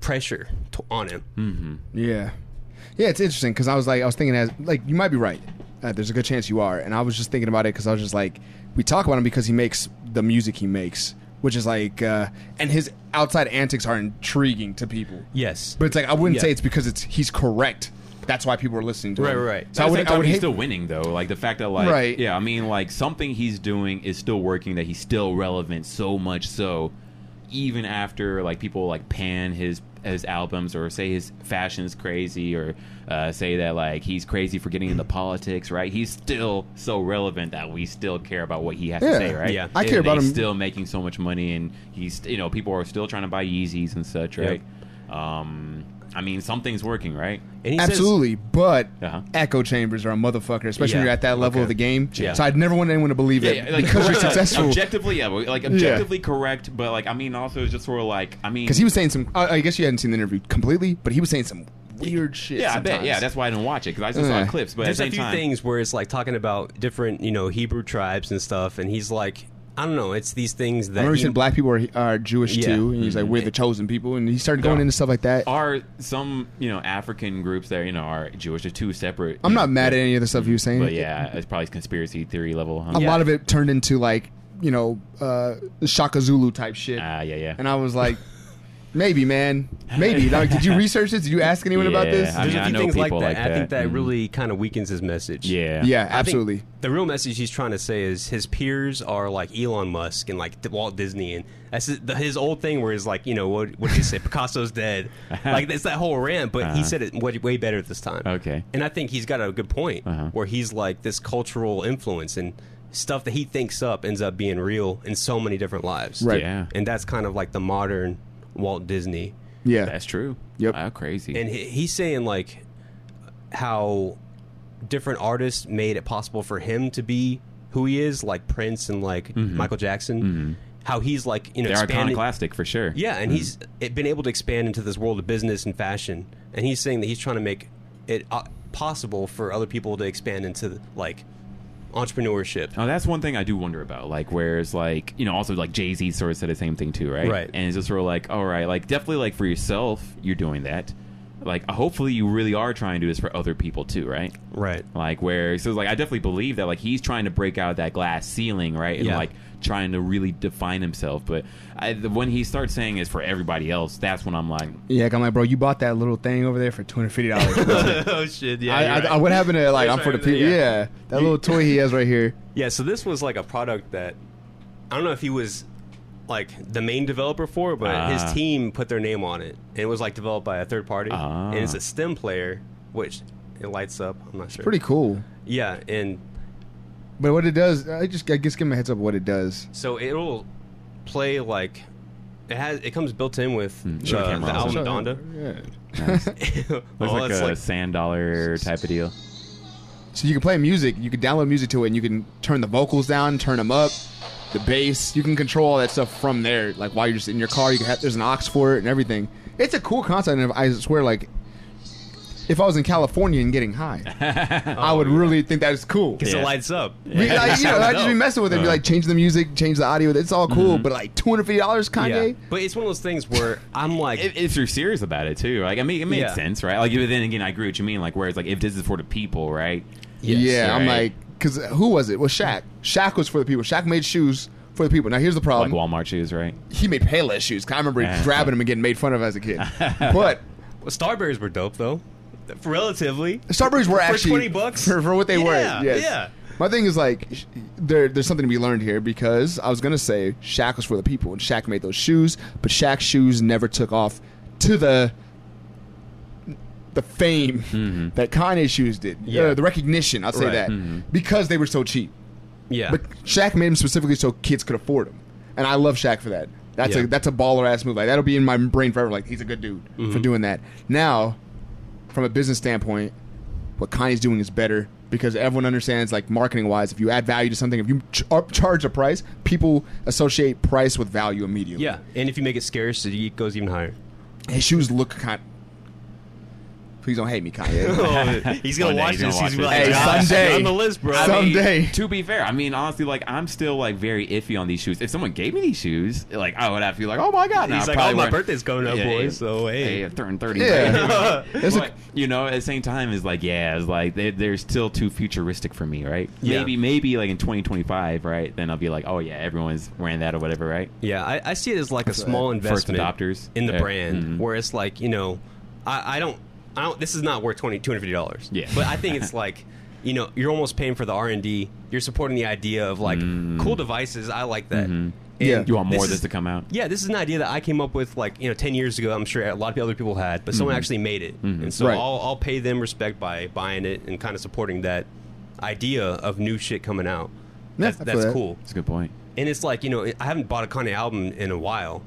Speaker 2: pressure to, on him.
Speaker 1: Mm.
Speaker 3: Yeah, yeah, it's interesting because I was like, I was thinking as like you might be right. Uh, there's a good chance you are, and I was just thinking about it because I was just like, we talk about him because he makes the music he makes, which is like, uh, and his outside antics are intriguing to people.
Speaker 2: Yes,
Speaker 3: But it's like I wouldn't
Speaker 2: Yeah.
Speaker 3: say it's because it's he's correct. That's why people are listening to
Speaker 2: Right,
Speaker 3: him.
Speaker 2: right, right.
Speaker 3: So I
Speaker 1: At the
Speaker 3: would,
Speaker 1: same
Speaker 3: I
Speaker 1: time,
Speaker 3: would
Speaker 1: he's
Speaker 3: hate.
Speaker 1: still winning though. Like the fact that like
Speaker 3: Right.
Speaker 1: yeah, I mean like something he's doing is still working that he's still relevant so much so even after like people like pan his his albums or say his fashion's crazy or uh, say that like he's crazy for getting into politics, right? He's still so relevant that we still care about what he has
Speaker 3: Yeah.
Speaker 1: to say, right?
Speaker 2: Yeah.
Speaker 3: I
Speaker 1: And
Speaker 3: care about
Speaker 1: he's
Speaker 3: him-
Speaker 1: still making so much money and he's you know, people are still trying to buy Yeezys and such, right? Um I mean something's working, right?
Speaker 2: and he
Speaker 3: Absolutely, but
Speaker 1: Uh-huh.
Speaker 3: echo chambers are a motherfucker, especially when
Speaker 2: Yeah,
Speaker 3: you're at that level
Speaker 2: okay.
Speaker 3: of the game.
Speaker 2: Yeah.
Speaker 3: So I'd never want anyone to believe that because you're
Speaker 1: correct, like,
Speaker 3: successful.
Speaker 1: Objectively, yeah, but, like objectively correct, but like I mean, also it's just sort of like I mean,
Speaker 3: Because he was saying some. I I guess you hadn't seen the interview completely, but he was saying some weird shit.
Speaker 1: yeah, I bet,
Speaker 3: sometimes.
Speaker 1: yeah, that's why I didn't watch it because I just
Speaker 3: Yeah.
Speaker 1: saw clips, but
Speaker 2: There's
Speaker 1: at the
Speaker 2: a
Speaker 1: same
Speaker 2: few
Speaker 1: time,
Speaker 2: things where it's like talking about different, you know, Hebrew tribes and stuff, and he's like, I don't know, it's these things that
Speaker 3: I remember
Speaker 2: he-
Speaker 3: he said black people are, are Jewish
Speaker 2: Yeah.
Speaker 3: too, and he's like, "We're the chosen people," and he started going
Speaker 1: Mm-hmm. Yeah.
Speaker 3: into stuff like that.
Speaker 1: are some you know African groups that you know are Jewish are two separate.
Speaker 3: I'm not mad at any of the stuff he was saying.
Speaker 1: but yeah, it's probably conspiracy theory level. Huh?
Speaker 3: a
Speaker 1: Yeah.
Speaker 3: lot of it turned into like you know uh, Shaka Zulu type shit,
Speaker 1: Ah, yeah, yeah.
Speaker 3: and I was like, "Maybe, man, maybe." Like, did you research this? Did you ask anyone about
Speaker 1: Yeah,
Speaker 3: this?
Speaker 1: I
Speaker 2: There's
Speaker 1: mean,
Speaker 2: a
Speaker 1: I
Speaker 2: few
Speaker 1: know
Speaker 2: things like that.
Speaker 1: people like
Speaker 2: I think
Speaker 1: that.
Speaker 2: that
Speaker 1: Mhm.
Speaker 2: really kind of weakens his message.
Speaker 1: yeah,
Speaker 3: yeah,
Speaker 2: I think
Speaker 3: absolutely.
Speaker 2: The real message he's trying to say is his peers are like Elon Musk and like Walt Disney, and that's his, the, his old thing where he's like, you know, what, what did he say? Picasso's dead. Like it's that whole rant, but he said it way, way better this time.
Speaker 1: Okay.
Speaker 2: and I think he's got a good point
Speaker 1: Uh-huh.
Speaker 2: where he's like this cultural influence and stuff that he thinks up ends up being real in so many different lives.
Speaker 3: Right.
Speaker 1: Yeah.
Speaker 2: and that's kind of like the modern Walt Disney
Speaker 3: Yeah,
Speaker 1: That's true.
Speaker 3: Yep.
Speaker 1: Wow, crazy.
Speaker 2: and he, he's saying like how different artists made it possible for him to be who he is, like Prince and like Michael Jackon. How he's like you know
Speaker 1: they're
Speaker 2: expanding-
Speaker 1: iconoclastic for sure.
Speaker 2: yeah, and he's it, been able to expand into this world of business and fashion, and he's saying that he's trying to make it uh, possible for other people to expand into like entrepreneurship.
Speaker 1: Now that's one thing I do wonder about. Like, whereas like you know, also like Jay Z sort of said the same thing too, right?
Speaker 2: Right.
Speaker 1: And it's just sort of like, all right, like definitely like for yourself, you're doing that. Like, hopefully, you really are trying to do this for other people too, right?
Speaker 2: Right.
Speaker 1: Like where so like I definitely believe that like he's trying to break out of that glass ceiling, right? And
Speaker 2: Yeah.
Speaker 1: like trying to really define himself. But I, the, when he starts saying it's for everybody else, that's when I'm like,
Speaker 3: yeah. I'm like, bro, you bought that little thing over there for two hundred fifty dollars.
Speaker 2: oh shit! Yeah.
Speaker 3: I,
Speaker 2: you're
Speaker 3: I,
Speaker 2: right.
Speaker 3: I, what happened to like I'm for the
Speaker 2: Sorry,
Speaker 3: people?
Speaker 2: yeah.
Speaker 3: Yeah. that little toy he has right here.
Speaker 2: Yeah, so this was like a product that I don't know if he was like the main developer for, but his
Speaker 1: Ah.
Speaker 2: team put their name on it, and it was like developed by a third party,
Speaker 1: Ah.
Speaker 2: and it's a stem player, which it lights up. I'm not sure.
Speaker 3: Pretty cool.
Speaker 2: Yeah, and
Speaker 3: But what it does, I just I guess give him a heads up what it does.
Speaker 2: so it'll play like it has. It comes built in with the,
Speaker 1: Hmm. show the camera
Speaker 2: Uh, the
Speaker 1: also.
Speaker 2: album
Speaker 1: Show
Speaker 2: Donda.
Speaker 3: Yeah.
Speaker 1: looks
Speaker 2: Well,
Speaker 1: Oh, like
Speaker 2: it's
Speaker 1: a sand dollar type of deal.
Speaker 3: So you can play music. You can download music to it, and you can turn the vocals down, turn them up, the bass. You can control all that stuff from there. Like while you're just in your car, you can have, there's an aux for it and everything. It's a cool concept. And if- I swear, like if I was in California and getting high, I
Speaker 2: Oh,
Speaker 3: would really think that is cool.
Speaker 2: because um, it
Speaker 1: Yeah.
Speaker 2: lights up.
Speaker 3: Be like, you know, I'd just be messing with it, be
Speaker 1: Uh.
Speaker 2: Uh-huh.
Speaker 3: like change the music, change the audio. It's all cool, but like two hundred fifty dollars, Kanye.
Speaker 2: Yeah, but it's one of those things where I'm like,
Speaker 1: if, if you're serious about it too, like I mean, it makes
Speaker 2: Yeah.
Speaker 1: sense, right? Like, but then again, I agree with you mean. Like, whereas like if this is for the people, right?
Speaker 2: Yes.
Speaker 3: yeah, I'm
Speaker 1: Right.
Speaker 3: like, because who was it? Well, Shaq. Shaq was for the people. Shaq made shoes for the people. Now here's the
Speaker 1: Like
Speaker 3: problem.
Speaker 1: Walmart shoes, right?
Speaker 3: he made Payless shoes. 'cause I remember
Speaker 1: Yeah.
Speaker 3: grabbing them and getting made fun of as a kid. but
Speaker 2: Starberries were dope though. relatively.
Speaker 3: Strawberries were
Speaker 2: For
Speaker 3: actually
Speaker 2: 20 bucks?
Speaker 3: for, for what they
Speaker 2: Yeah,
Speaker 3: were. Yes.
Speaker 2: yeah.
Speaker 3: My thing is like sh- there, there's something to be learned here because I was gonna say Shaq was for the people and Shaq made those shoes, but Shaq's shoes never took off to the the fame that Kanye's shoes did.
Speaker 2: Mm-hmm. Yeah.
Speaker 3: Uh, the recognition, I'll say
Speaker 2: Right. Mm-hmm.
Speaker 3: that, because they were so cheap.
Speaker 2: Yeah.
Speaker 3: But Shaq made them specifically so kids could afford them, and I love Shaq for that. That's
Speaker 2: Yeah.
Speaker 3: a that's a baller ass move. Like that'll be in my brain forever. Like he's a good dude for
Speaker 2: Mm-hmm.
Speaker 3: doing that. Now, from a business standpoint, what Kanye's doing is better because everyone understands, like marketing wise, if you add value to something, if you ch- up- charge a price, people associate price with value immediately.
Speaker 2: yeah, and if you make it scarce, it goes even higher.
Speaker 3: his shoes look kind. Please don't hate me, Kanye.
Speaker 2: Oh. he's
Speaker 1: One
Speaker 2: gonna
Speaker 1: day
Speaker 2: watch
Speaker 1: he's gonna watch
Speaker 2: this. He's gonna be
Speaker 1: this.
Speaker 2: like,
Speaker 1: Hey,
Speaker 2: "Josh,
Speaker 3: someday.
Speaker 2: you're on the list, bro.
Speaker 1: I
Speaker 3: Some-
Speaker 2: I
Speaker 1: mean,
Speaker 3: Someday.
Speaker 1: to be fair, I mean, honestly, like I'm still like very iffy on these shoes. If someone gave me these shoes, like I would have to be like, oh my god, nah,
Speaker 2: He's
Speaker 1: I
Speaker 2: like,
Speaker 1: probably
Speaker 2: "Oh, my
Speaker 1: wouldn't-
Speaker 2: birthday's coming up, boy,
Speaker 1: yeah.
Speaker 2: so, hey."
Speaker 1: I'm turning thirty.
Speaker 3: Yeah.
Speaker 1: right?
Speaker 3: That's a-
Speaker 1: But, you know, at the same time, it's like, yeah, it's like they, they're still too futuristic for me, right?
Speaker 2: Yeah.
Speaker 1: Maybe, maybe like in 2025, right? Then I'll be like, oh yeah, everyone's wearing that or whatever, right?
Speaker 2: Yeah, I, I see it as like a
Speaker 3: That's
Speaker 2: small
Speaker 3: right.
Speaker 1: First
Speaker 2: investment
Speaker 1: adopters.
Speaker 2: in the
Speaker 1: Yeah.
Speaker 2: brand,
Speaker 1: Mhm.
Speaker 2: where it's like you know, I, I don't, I don't. This is not worth twenty two hundred fifty dollars.
Speaker 1: Yeah.
Speaker 2: but I think it's like you know, you're almost paying for the R and D. You're supporting the idea of like cool devices. I like that. And
Speaker 3: Yeah.
Speaker 1: Mm. Mm-hmm. You want more
Speaker 2: this
Speaker 1: of this
Speaker 2: is-
Speaker 1: to come out?
Speaker 2: Yeah, this is an idea that I came up with like you know ten years ago. I'm sure a lot of other people had, but someone actually made it, and so
Speaker 3: Right.
Speaker 2: I'll, I'll pay them respect by buying it and kind of supporting that idea of new shit coming out.
Speaker 3: Yeah,
Speaker 2: that's
Speaker 3: I feel
Speaker 2: that's
Speaker 3: that.
Speaker 2: cool.
Speaker 1: That's a good point.
Speaker 2: And it's like, you know, I haven't bought a Kanye album in a while.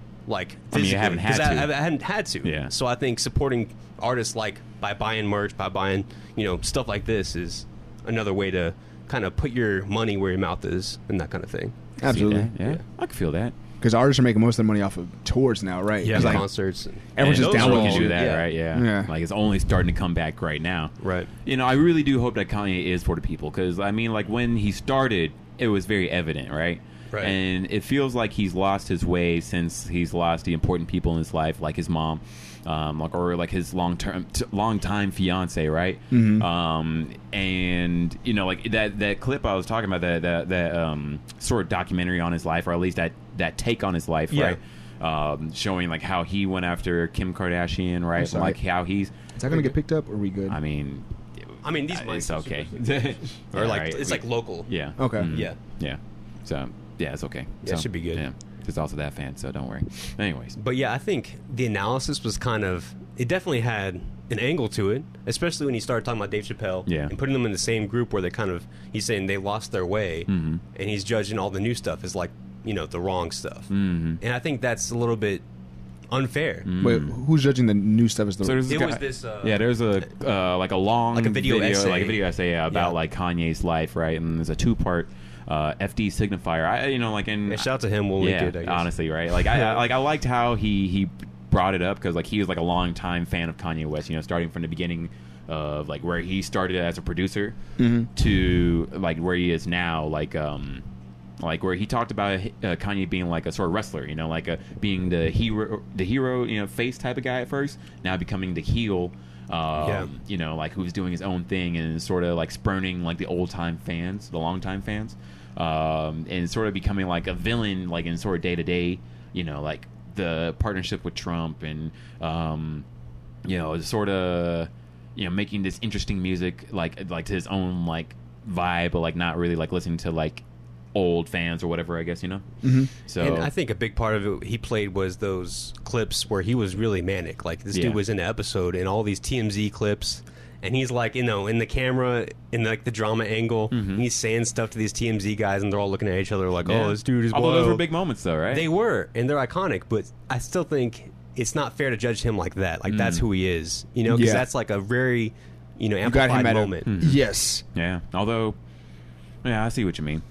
Speaker 1: I
Speaker 2: Like,
Speaker 1: mean, you
Speaker 2: physically,
Speaker 1: haven't had
Speaker 2: 'cause I,
Speaker 1: to.
Speaker 2: I, I haven't had to.
Speaker 1: Yeah.
Speaker 2: So I think supporting artists like by buying merch, by buying, you know, stuff like this is another way to kind of put your money where your mouth is and that kind of thing.
Speaker 1: I see
Speaker 3: Absolutely.
Speaker 1: that, Yeah.
Speaker 2: Yeah.
Speaker 1: I can feel that.
Speaker 3: Because artists are making most of their money off of tours now, right?
Speaker 2: Yeah,
Speaker 3: 'Cause, like,
Speaker 2: concerts. and-
Speaker 3: Everyone's
Speaker 1: And
Speaker 3: just
Speaker 1: those
Speaker 3: downloading
Speaker 1: can do
Speaker 3: it.
Speaker 1: that,
Speaker 2: Yeah.
Speaker 1: right? Yeah.
Speaker 3: Yeah.
Speaker 1: Like it's only starting to come back right now.
Speaker 2: Right.
Speaker 1: You know, I really do hope that Kanye is for the people because I mean, like when he started, it was very evident, right?
Speaker 2: Right.
Speaker 1: And it feels like he's lost his way since he's lost the important people in his life, like his mom, um, like or like his long term, t- long time fiance, right?
Speaker 2: Mm-hmm.
Speaker 1: Um, and you know, like that that clip I was talking about, that that, that um, sort of documentary on his life, or at least that that take on his life,
Speaker 2: Yeah.
Speaker 1: right? Um, showing like how he went after Kim Kardashian, right?
Speaker 3: sorry.
Speaker 1: Like how he's.
Speaker 3: Is that going to get picked up or are we good?
Speaker 1: I mean,
Speaker 2: I mean, these
Speaker 1: Uh, it's
Speaker 2: mics are
Speaker 1: okay.
Speaker 2: super-
Speaker 1: Yeah,
Speaker 2: Or like,
Speaker 1: right.
Speaker 2: it's like local.
Speaker 1: yeah.
Speaker 3: Okay.
Speaker 1: Mhm.
Speaker 2: Yeah.
Speaker 1: Yeah. So yeah, it's okay.
Speaker 2: Yeah, it
Speaker 1: So,
Speaker 2: should be good.
Speaker 1: Yeah. It's also that fan, so don't worry. Anyways,
Speaker 2: But yeah, I think the analysis was kind of it definitely had an angle to it, especially when he started talking about Dave Chappelle
Speaker 1: Yeah.
Speaker 2: and putting them in the same group where they kind of he's saying they lost their way
Speaker 1: Mm-hmm.
Speaker 2: and he's judging all the new stuff as like, you know, the wrong stuff. Mm-hmm. And I think that's a little bit unfair.
Speaker 3: Wait, who's judging the new stuff as the
Speaker 1: so there's this
Speaker 2: It
Speaker 1: Mm. guy-
Speaker 2: was this, uh,
Speaker 1: yeah, there's a uh, like a long
Speaker 2: Like a video essay.
Speaker 1: like a video essay yeah, about
Speaker 2: Yeah.
Speaker 1: like Kanye's life, right? And there's a two part uh, FD signifier. I you know like in
Speaker 2: And shout out to him, we'll
Speaker 1: yeah,
Speaker 2: link it, I guess.
Speaker 1: honestly, right? Like I, I like I liked how he he brought it up because like he was like a long time fan of Kanye West. You know, starting from the beginning of like where he started as a producer
Speaker 2: Mm-hmm.
Speaker 1: to like where he is now. Like um. Like where he talked about uh, Kanye being like a sort of wrestler, you know, like a, being the hero, the hero, you know, face type of guy at first, now becoming the heel, um,
Speaker 2: Yeah.
Speaker 1: you know, like who's doing his own thing and sort of like spurning like the old time fans, the long time fans, um, and sort of becoming like a villain, like in sort of day to day, you know, like the partnership with Trump and, um, you know, sort of, you know, making this interesting music like like to his own like vibe, but like not really like listening to like old fans or whatever, I guess you know. Mm-hmm. So
Speaker 2: And I think a big part of it he played was those clips where he was really manic. Like this
Speaker 1: Yeah.
Speaker 2: dude was in an episode and all these TMZ clips, and he's like, you know, in the camera, in like the drama angle, and he's saying stuff to these TMZ guys, and they're all looking at each other like,
Speaker 1: Mm-hmm. yeah.
Speaker 2: "Oh, this dude is."
Speaker 1: Although those
Speaker 2: wild."
Speaker 1: were big moments, though, right?
Speaker 2: They were, and they're iconic. But I still think it's not fair to judge him like that. Like
Speaker 1: Mm.
Speaker 2: that's who he is, you know, because
Speaker 3: Yeah.
Speaker 2: that's like a very, you know,
Speaker 3: you got
Speaker 2: amplified
Speaker 3: him at
Speaker 2: moment.
Speaker 3: a yes.
Speaker 1: yeah. Although, yeah, I see what you mean.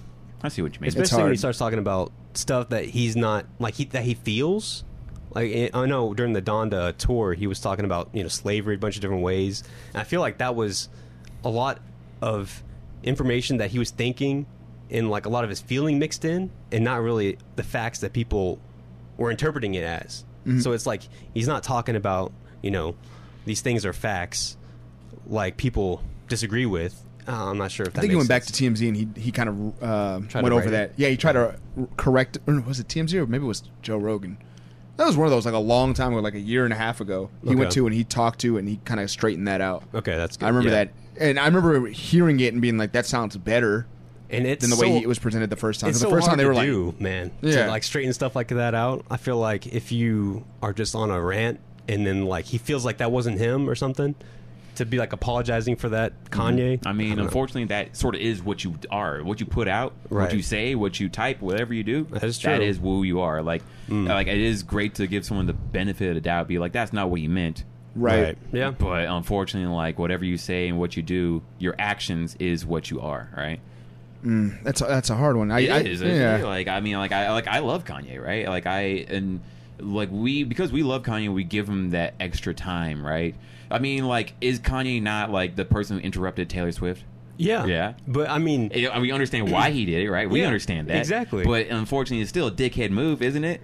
Speaker 1: I see what you mean.
Speaker 2: especially when
Speaker 3: hard.
Speaker 2: he starts talking about stuff that he's not like he that he feels like eh, i know during the donda tour he was talking about you know slavery a bunch of different ways and i feel like that was a lot of information that he was thinking and like a lot of his feeling mixed in and not really the facts that people were interpreting it as
Speaker 3: Mm-hmm.
Speaker 2: so it's like he's not talking about you know these things are facts like people disagree with uh, i'm not sure if that
Speaker 3: I think he
Speaker 2: makes
Speaker 3: went back
Speaker 2: sense.
Speaker 3: to TMZ and he he kind of uh,
Speaker 2: Tried
Speaker 3: went
Speaker 2: to
Speaker 3: over
Speaker 2: write
Speaker 3: that. Yeah, he tried to r- correct. Or was it TMZ or maybe it was Joe Rogan? That was one of those like a long time ago, like a year and a half ago. He went
Speaker 2: Okay.
Speaker 3: to and he talked to and he kind of straightened that out.
Speaker 2: Okay, that's good.
Speaker 3: I remember
Speaker 2: Yeah.
Speaker 3: that, and I remember hearing it and being like, "That sounds better
Speaker 2: And it's
Speaker 3: than the way
Speaker 2: so-
Speaker 3: he- it was presented the first time."
Speaker 2: It's
Speaker 3: 'Cause the
Speaker 2: so
Speaker 3: first
Speaker 2: hard
Speaker 3: time they
Speaker 2: to
Speaker 3: were like,
Speaker 2: do, man,
Speaker 3: Yeah.
Speaker 2: to like straighten stuff like that out. I feel like if you are just on a rant and then like he feels like that wasn't him or something, to be like apologizing for that
Speaker 3: Mm-hmm.
Speaker 2: Kanye.
Speaker 1: I mean, unfortunately, that sort of is what you are, what you put out,
Speaker 2: Right.
Speaker 1: what you say, what you type, whatever you do.
Speaker 2: That is
Speaker 1: That
Speaker 2: true. Mm.
Speaker 1: is who you are. Like, like it is great to give someone the benefit of the doubt. Be like, that's not what you meant.
Speaker 3: "Right,
Speaker 2: Yeah.
Speaker 1: But unfortunately, like whatever you say and what you do, your actions is what you are. Right.
Speaker 3: that's a, that's a hard one." I,
Speaker 1: It
Speaker 3: I-
Speaker 1: is, isn't
Speaker 3: yeah.
Speaker 1: it? Like I mean, like I like I love Kanye, right? Like I and like we because we love Kanye, we give him that extra time, right? I mean, like is Kanye not like the person who interrupted Taylor Swift?
Speaker 2: Yeah.
Speaker 1: Yeah.
Speaker 2: But I mean,
Speaker 1: It- we understand why he did it, right? We
Speaker 2: Yeah,
Speaker 1: understand that
Speaker 2: exactly.
Speaker 1: But unfortunately, it's still a dickhead move, isn't it?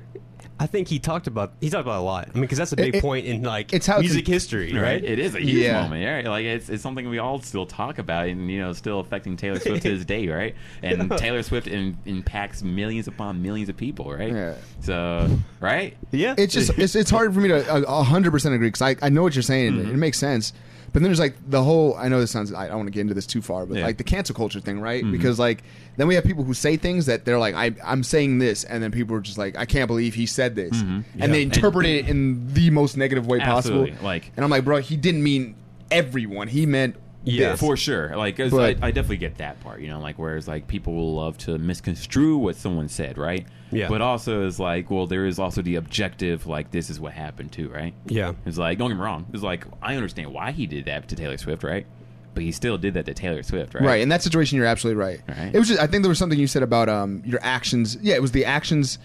Speaker 2: I think he talked about he talked about it a lot. I mean, because that's a big
Speaker 3: It- it-
Speaker 2: point in like
Speaker 3: it's how it's-
Speaker 2: music history, right?
Speaker 1: It is a huge
Speaker 3: Yeah.
Speaker 1: moment, right? Like it's, it's something we all still talk about, and you know, still affecting Taylor Swift to this day, right? And Taylor Swift in, impacts millions upon millions of people, right?
Speaker 3: Yeah.
Speaker 1: So, right?
Speaker 2: yeah.
Speaker 3: It's just it's, it's hard for me to uh, a hundred percent agree because I, I know what you're saying.
Speaker 1: Mm-hmm.
Speaker 3: and It makes sense, but then there's like the whole. I know this sounds. I don't want to get into this too far, but
Speaker 1: Yeah. Mm-hmm.
Speaker 3: like the cancel culture thing, right? Because like then we have people who say things that they're like, I, I'm saying this, and then people are just like, I can't believe he said this, and they
Speaker 1: Mm-hmm. And-
Speaker 3: interpret it in the most negative way
Speaker 1: Absolutely,
Speaker 3: possible.
Speaker 1: like-
Speaker 3: and I'm like, bro, he didn't mean everyone. He meant
Speaker 2: Yeah.
Speaker 3: this.
Speaker 1: for sure. Like, 'cause
Speaker 3: But-
Speaker 1: I, I definitely get that part. You know, like whereas like people will love to misconstrue what someone said, right?
Speaker 2: Yeah.
Speaker 1: But also is like, well, there is also the objective. Like, this is what happened too, right?
Speaker 2: yeah.
Speaker 1: It's like, don't get me wrong. It's like I understand why he did that to Taylor Swift, right? But he still did that to Taylor Swift, right?
Speaker 3: Right. In that situation, you're absolutely right.
Speaker 1: Right.
Speaker 3: It was just, I think there was something you said about um your actions. Yeah, it was the actions.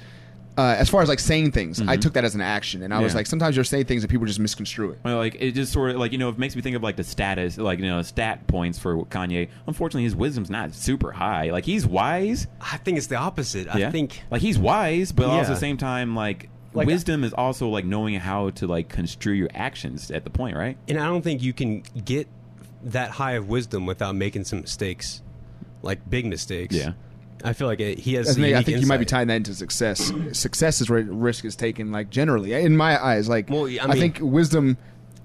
Speaker 3: Uh, as far as like saying things, I took that as an action, and I was
Speaker 1: Mm-hmm. Yeah.
Speaker 3: like, sometimes you're saying things and people just misconstrue it.
Speaker 1: Well, like it just sort of like you know it makes me think of like the status like you know stat points for Kanye. Unfortunately, his wisdom's not super high. Like he's wise,
Speaker 2: I think it's the opposite. I
Speaker 1: yeah.
Speaker 2: think
Speaker 1: like he's wise, but also
Speaker 2: Yeah.
Speaker 1: at the same time like,
Speaker 2: Like,
Speaker 1: wisdom is also like knowing how to like construe your actions at the point, right?
Speaker 2: and I don't think you can get that high of wisdom without making some mistakes, like big mistakes.
Speaker 1: Yeah.
Speaker 2: I feel like it, he has.
Speaker 3: I
Speaker 2: a
Speaker 3: think, I
Speaker 2: unique
Speaker 3: think you might be
Speaker 2: insight.
Speaker 3: tying that into success. success is where risk is taken, like generally in my eyes. Like
Speaker 2: Well, I
Speaker 3: I,
Speaker 2: mean,
Speaker 3: think wisdom,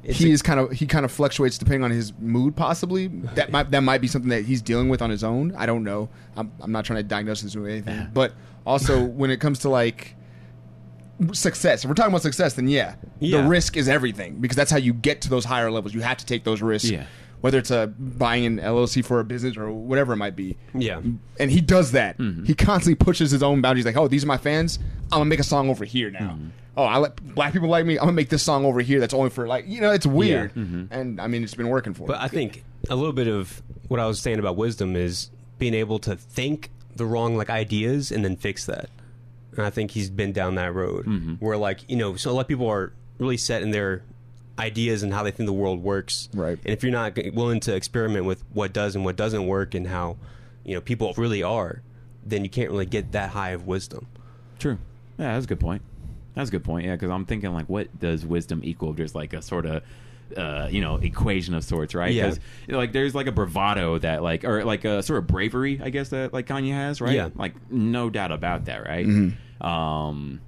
Speaker 2: it's
Speaker 3: he
Speaker 2: a-
Speaker 3: is kind of he kind of fluctuates depending on his mood. Possibly that might that might be something that he's dealing with on his own. I don't know. I'm I'm not trying to diagnose this with anything, but also when it comes to like success, if we're talking about success, then yeah,
Speaker 2: Yeah.
Speaker 3: the risk is everything because that's how you get to those higher levels. You have to take those risks.
Speaker 1: Yeah.
Speaker 3: Whether it's a buying an LLC for a business or whatever it might be,
Speaker 2: Yeah.
Speaker 3: and he does that.
Speaker 1: Hmm.
Speaker 3: He constantly pushes his own boundaries. Like, oh, these are my fans. I'm gonna make a song over here now.
Speaker 1: Hmm.
Speaker 3: Oh, I let black people like me. I'm gonna make this song over here. That's only for like you know. It's weird,
Speaker 1: Hmm.
Speaker 3: and I mean, it's been working for.
Speaker 2: But
Speaker 3: him.
Speaker 2: I think a little bit of what I was saying about wisdom is being able to think the wrong like ideas and then fix that. And I think he's been down that road where like you know, so a lot of people are really set in their ideas and how they think the world works.
Speaker 3: Right.
Speaker 2: And if you're not g- willing to experiment with what does and what doesn't work and how you know people really are, then you can't really get that high of wisdom.
Speaker 1: True. Yeah, that's a good point. That's a good point. Yeah, because I'm thinking like, what does wisdom equal? There's like a sort of, uh, you know, equation of sorts, right?
Speaker 2: Yeah.
Speaker 1: 'Cause, you know, like there's like a bravado that like, or like a sort of bravery, I guess that like Kanye has, right?
Speaker 2: Yeah. Mm-hmm.
Speaker 1: Like no doubt about that, right? Um,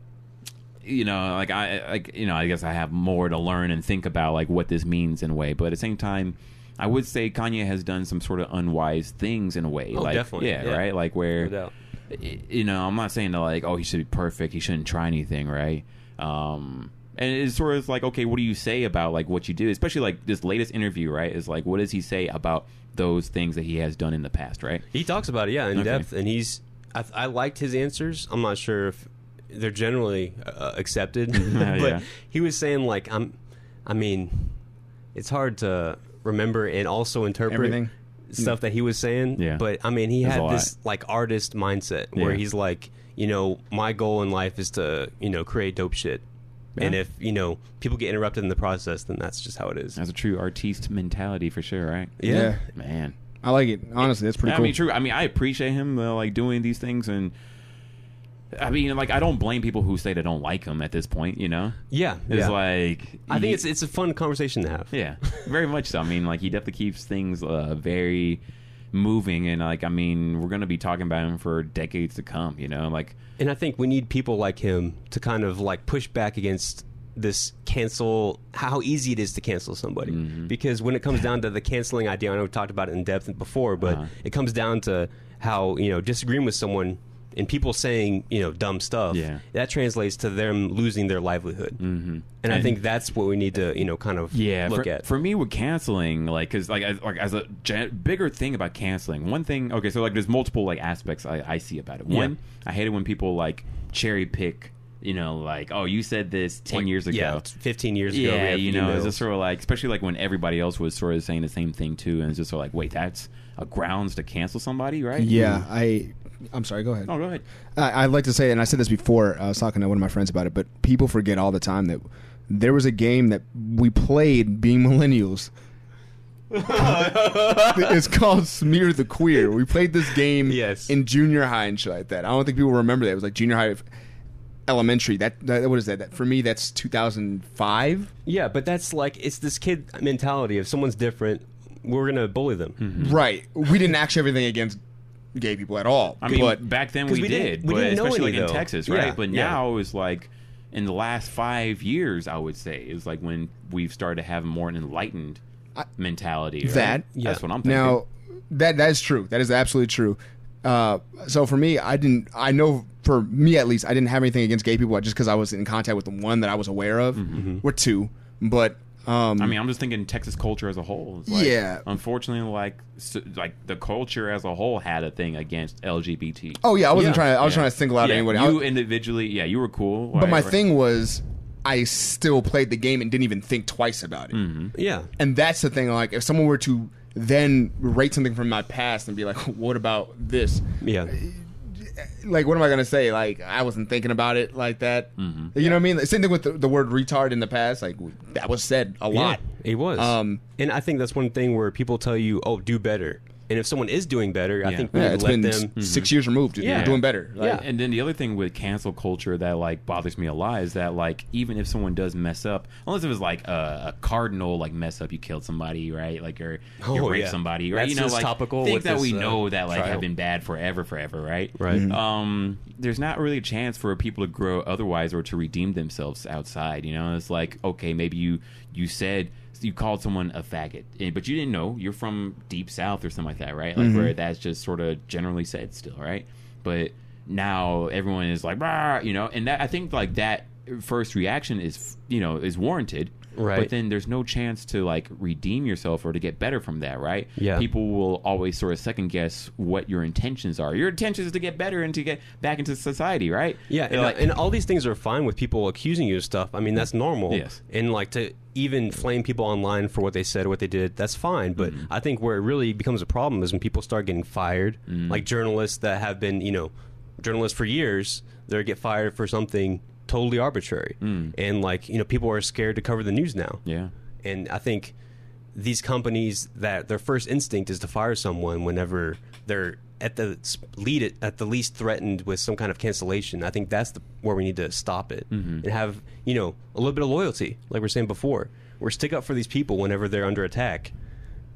Speaker 1: you know, like I, like you know, I guess I have more to learn and think about like what this means in a way. But at the same time, I would say Kanye has done some sort of unwise things in a way.
Speaker 2: Oh,
Speaker 1: like,
Speaker 2: definitely.
Speaker 1: Yeah,
Speaker 2: Yeah.
Speaker 1: right. Like where
Speaker 2: No doubt.
Speaker 1: y- you know, I'm not saying that like, oh, he should be perfect. He shouldn't try anything, right? Um, and it's sort of like, okay, what do you say about like what you do? Especially like this latest interview, right? Is like, what does he say about those things that he has done in the past, right?
Speaker 2: He talks about it, yeah, in
Speaker 1: Okay.
Speaker 2: depth, and he's. I, I liked his answers. I'm not sure if they're generally uh, accepted, but
Speaker 1: yeah.
Speaker 2: he was saying like, "I'm." I mean, it's hard to remember and also interpret
Speaker 3: Everything.
Speaker 2: stuff that he was saying.
Speaker 1: Yeah.
Speaker 2: But I mean, he
Speaker 1: There's a
Speaker 2: had
Speaker 1: lot.
Speaker 2: this like artist mindset where
Speaker 1: Yeah.
Speaker 2: he's like, you know, my goal in life is to you know create dope shit, and
Speaker 1: Yeah.
Speaker 2: if you know people get interrupted in the process, then that's just how it is.
Speaker 1: That's a true artiste mentality for sure, right?
Speaker 3: yeah,
Speaker 1: Man,
Speaker 3: I like it. Honestly, that's pretty
Speaker 1: I
Speaker 3: cool.
Speaker 1: mean, true. I mean, I appreciate him uh, like doing these things, and I mean, like, I don't blame people who say they don't like him at this point. You know,
Speaker 2: yeah,
Speaker 1: it's
Speaker 2: yeah.
Speaker 1: like
Speaker 2: I
Speaker 1: he-
Speaker 2: think it's it's a fun conversation to have.
Speaker 1: Yeah, very much so. I mean, like he definitely keeps things uh, very moving. And like, I mean, we're gonna be talking about him for decades to come. You know, like
Speaker 2: And I think we need people like him to kind of like push back against this cancel how easy it is to cancel somebody
Speaker 1: Mm-hmm.
Speaker 2: because when it comes down to the canceling idea i know we talked about it in depth before but
Speaker 1: Uh-huh.
Speaker 2: it comes down to how you know disagreeing with someone and people saying you know dumb stuff
Speaker 1: Yeah.
Speaker 2: that translates to them losing their livelihood mm-hmm. and i think that's what we need to you know kind of
Speaker 1: yeah
Speaker 2: look
Speaker 1: for,
Speaker 2: at
Speaker 1: for me with canceling like because like as, like as a gen- bigger thing about canceling one thing okay so like there's multiple like aspects i, I see about it one i hate it when people like cherry pick you know like oh you said this 10
Speaker 2: Like,
Speaker 1: years ago
Speaker 2: yeah, 15 years ago we
Speaker 1: yeah,
Speaker 2: have
Speaker 1: you know,
Speaker 2: emails.
Speaker 1: it's just sort of like, especially like when everybody else was sort of saying the same thing too, and it's just sort of like, wait, that's a grounds to cancel somebody, right?
Speaker 3: Yeah, I. I'm sorry. Go ahead.
Speaker 1: Oh, go ahead.
Speaker 3: I, I'd like to say, and I said this before. I was talking to one of my friends about it, but people forget all the time that there was a game that we played being millennials. it's called Smear the Queer. We played this game
Speaker 2: Yes.
Speaker 3: in junior high and shit like that. I don't think people remember that. It was like junior high, elementary. That, that what is that? that for me, that's 2005.
Speaker 2: Yeah, but that's like it's this kid mentality. If someone's different, we're gonna bully
Speaker 1: Mm-hmm. Hmm.
Speaker 2: them
Speaker 3: Right. We didn't act everything against gay people at all.
Speaker 1: I mean,
Speaker 3: but
Speaker 1: back then
Speaker 2: 'cause
Speaker 1: we,
Speaker 2: we didn't-
Speaker 1: did,
Speaker 2: we
Speaker 1: but
Speaker 2: didn't know
Speaker 1: especially
Speaker 2: any,
Speaker 1: like in
Speaker 2: though.
Speaker 1: Texas,
Speaker 2: Yeah,
Speaker 1: right? but
Speaker 2: yeah.
Speaker 1: now it's like in the last five years, I would say, is like when we've started to have more an enlightened mentality. Right?
Speaker 3: That-
Speaker 1: that's
Speaker 2: Yeah.
Speaker 1: what I'm thinking.
Speaker 3: Now, that that is true. That is absolutely true. Uh, so for me, I didn't. I know for me at least, I didn't have anything against gay people just because I was in contact with the one that I was aware of,
Speaker 1: Mm-hmm.
Speaker 3: or two. But um,
Speaker 1: I mean, I'm just thinking Texas culture as a whole. It's like,
Speaker 3: Yeah.
Speaker 1: Unfortunately, like s like the culture as a whole had a thing against LGBT.
Speaker 3: oh yeah, I
Speaker 2: Yeah.
Speaker 3: wasn't trying. To, I was
Speaker 1: Yeah.
Speaker 3: trying to single out
Speaker 1: Yeah,
Speaker 3: anybody. I
Speaker 1: You
Speaker 3: was-
Speaker 1: individually, yeah, you were cool.
Speaker 3: but my thing was, I still played the game and didn't even think twice about it.
Speaker 1: Mm.
Speaker 2: Yeah,
Speaker 3: And that's the thing. Like, if someone were to then rate something from my past and be like, "What about this?"
Speaker 2: yeah,
Speaker 3: like what am I gonna say? Like I wasn't thinking about it like that. You know what I mean? Same thing with the, the word retard in the past. Like w- that was said a lot.
Speaker 2: Yeah, it was.
Speaker 3: Um,
Speaker 2: and I think that's one thing where people tell you, "Oh, do better." And if someone is doing better, I
Speaker 1: Yeah.
Speaker 2: think we
Speaker 3: Yeah,
Speaker 2: need
Speaker 3: it's
Speaker 2: to let
Speaker 3: been
Speaker 2: them. Mm.
Speaker 3: s- six years removed. Mhm. Yeah,
Speaker 2: Yeah.
Speaker 3: doing better.
Speaker 2: Yeah.
Speaker 3: Like,
Speaker 1: And then the other thing with cancel culture that like bothers me a lot is that like even if someone does mess up, unless it was like a, a cardinal like mess up, you killed somebody, right? Like or you
Speaker 2: Oh,
Speaker 1: raped
Speaker 2: yeah.
Speaker 1: somebody, right?
Speaker 2: That's
Speaker 1: you know,
Speaker 2: just
Speaker 1: like
Speaker 2: topical
Speaker 1: things
Speaker 2: with
Speaker 1: that
Speaker 2: this,
Speaker 1: we
Speaker 2: uh,
Speaker 1: know that like have
Speaker 2: trial.
Speaker 1: been bad forever, forever, right?
Speaker 2: Right. Mhm.
Speaker 1: Um, there's not really a chance for people to grow otherwise or to redeem themselves outside. You know, it's like okay, maybe you you said. You called someone a faggot, eh, but you didn't know. You're from deep south or something like that, right?
Speaker 2: Mm-hmm.
Speaker 1: Like where that's just sort of generally said still, right? but now everyone is like "Rah," you know and that i think like that first reaction is you know is warranted
Speaker 2: Right.
Speaker 1: but then there's no chance to like redeem yourself or to get better from that right
Speaker 2: Yeah.
Speaker 1: people will always sort of second guess what your intentions are your intention is to get better and to get back into society right
Speaker 2: yeah, and,
Speaker 1: like,
Speaker 2: and all these things are fine with people accusing you of stuff. I mean,
Speaker 3: Mm.
Speaker 2: that's normal.
Speaker 1: Yes.
Speaker 2: And like to even flame people online for what they said or what they did, that's fine. But
Speaker 3: Mm.
Speaker 2: I think where it really becomes a problem is when people start getting fired,
Speaker 3: Mm.
Speaker 2: like journalists that have been, you know, journalists for years, they get fired for something totally arbitrary.
Speaker 3: Mm.
Speaker 2: And like, you know, people are scared to cover the news now.
Speaker 1: yeah
Speaker 2: And I think these companies that their first instinct is to fire someone whenever they're at the s- lead at the least threatened with some kind of cancellation. I think that's the, where we need to stop it and have you know a little bit of loyalty, like we we're saying before. We're stick up for these people whenever they're under attack,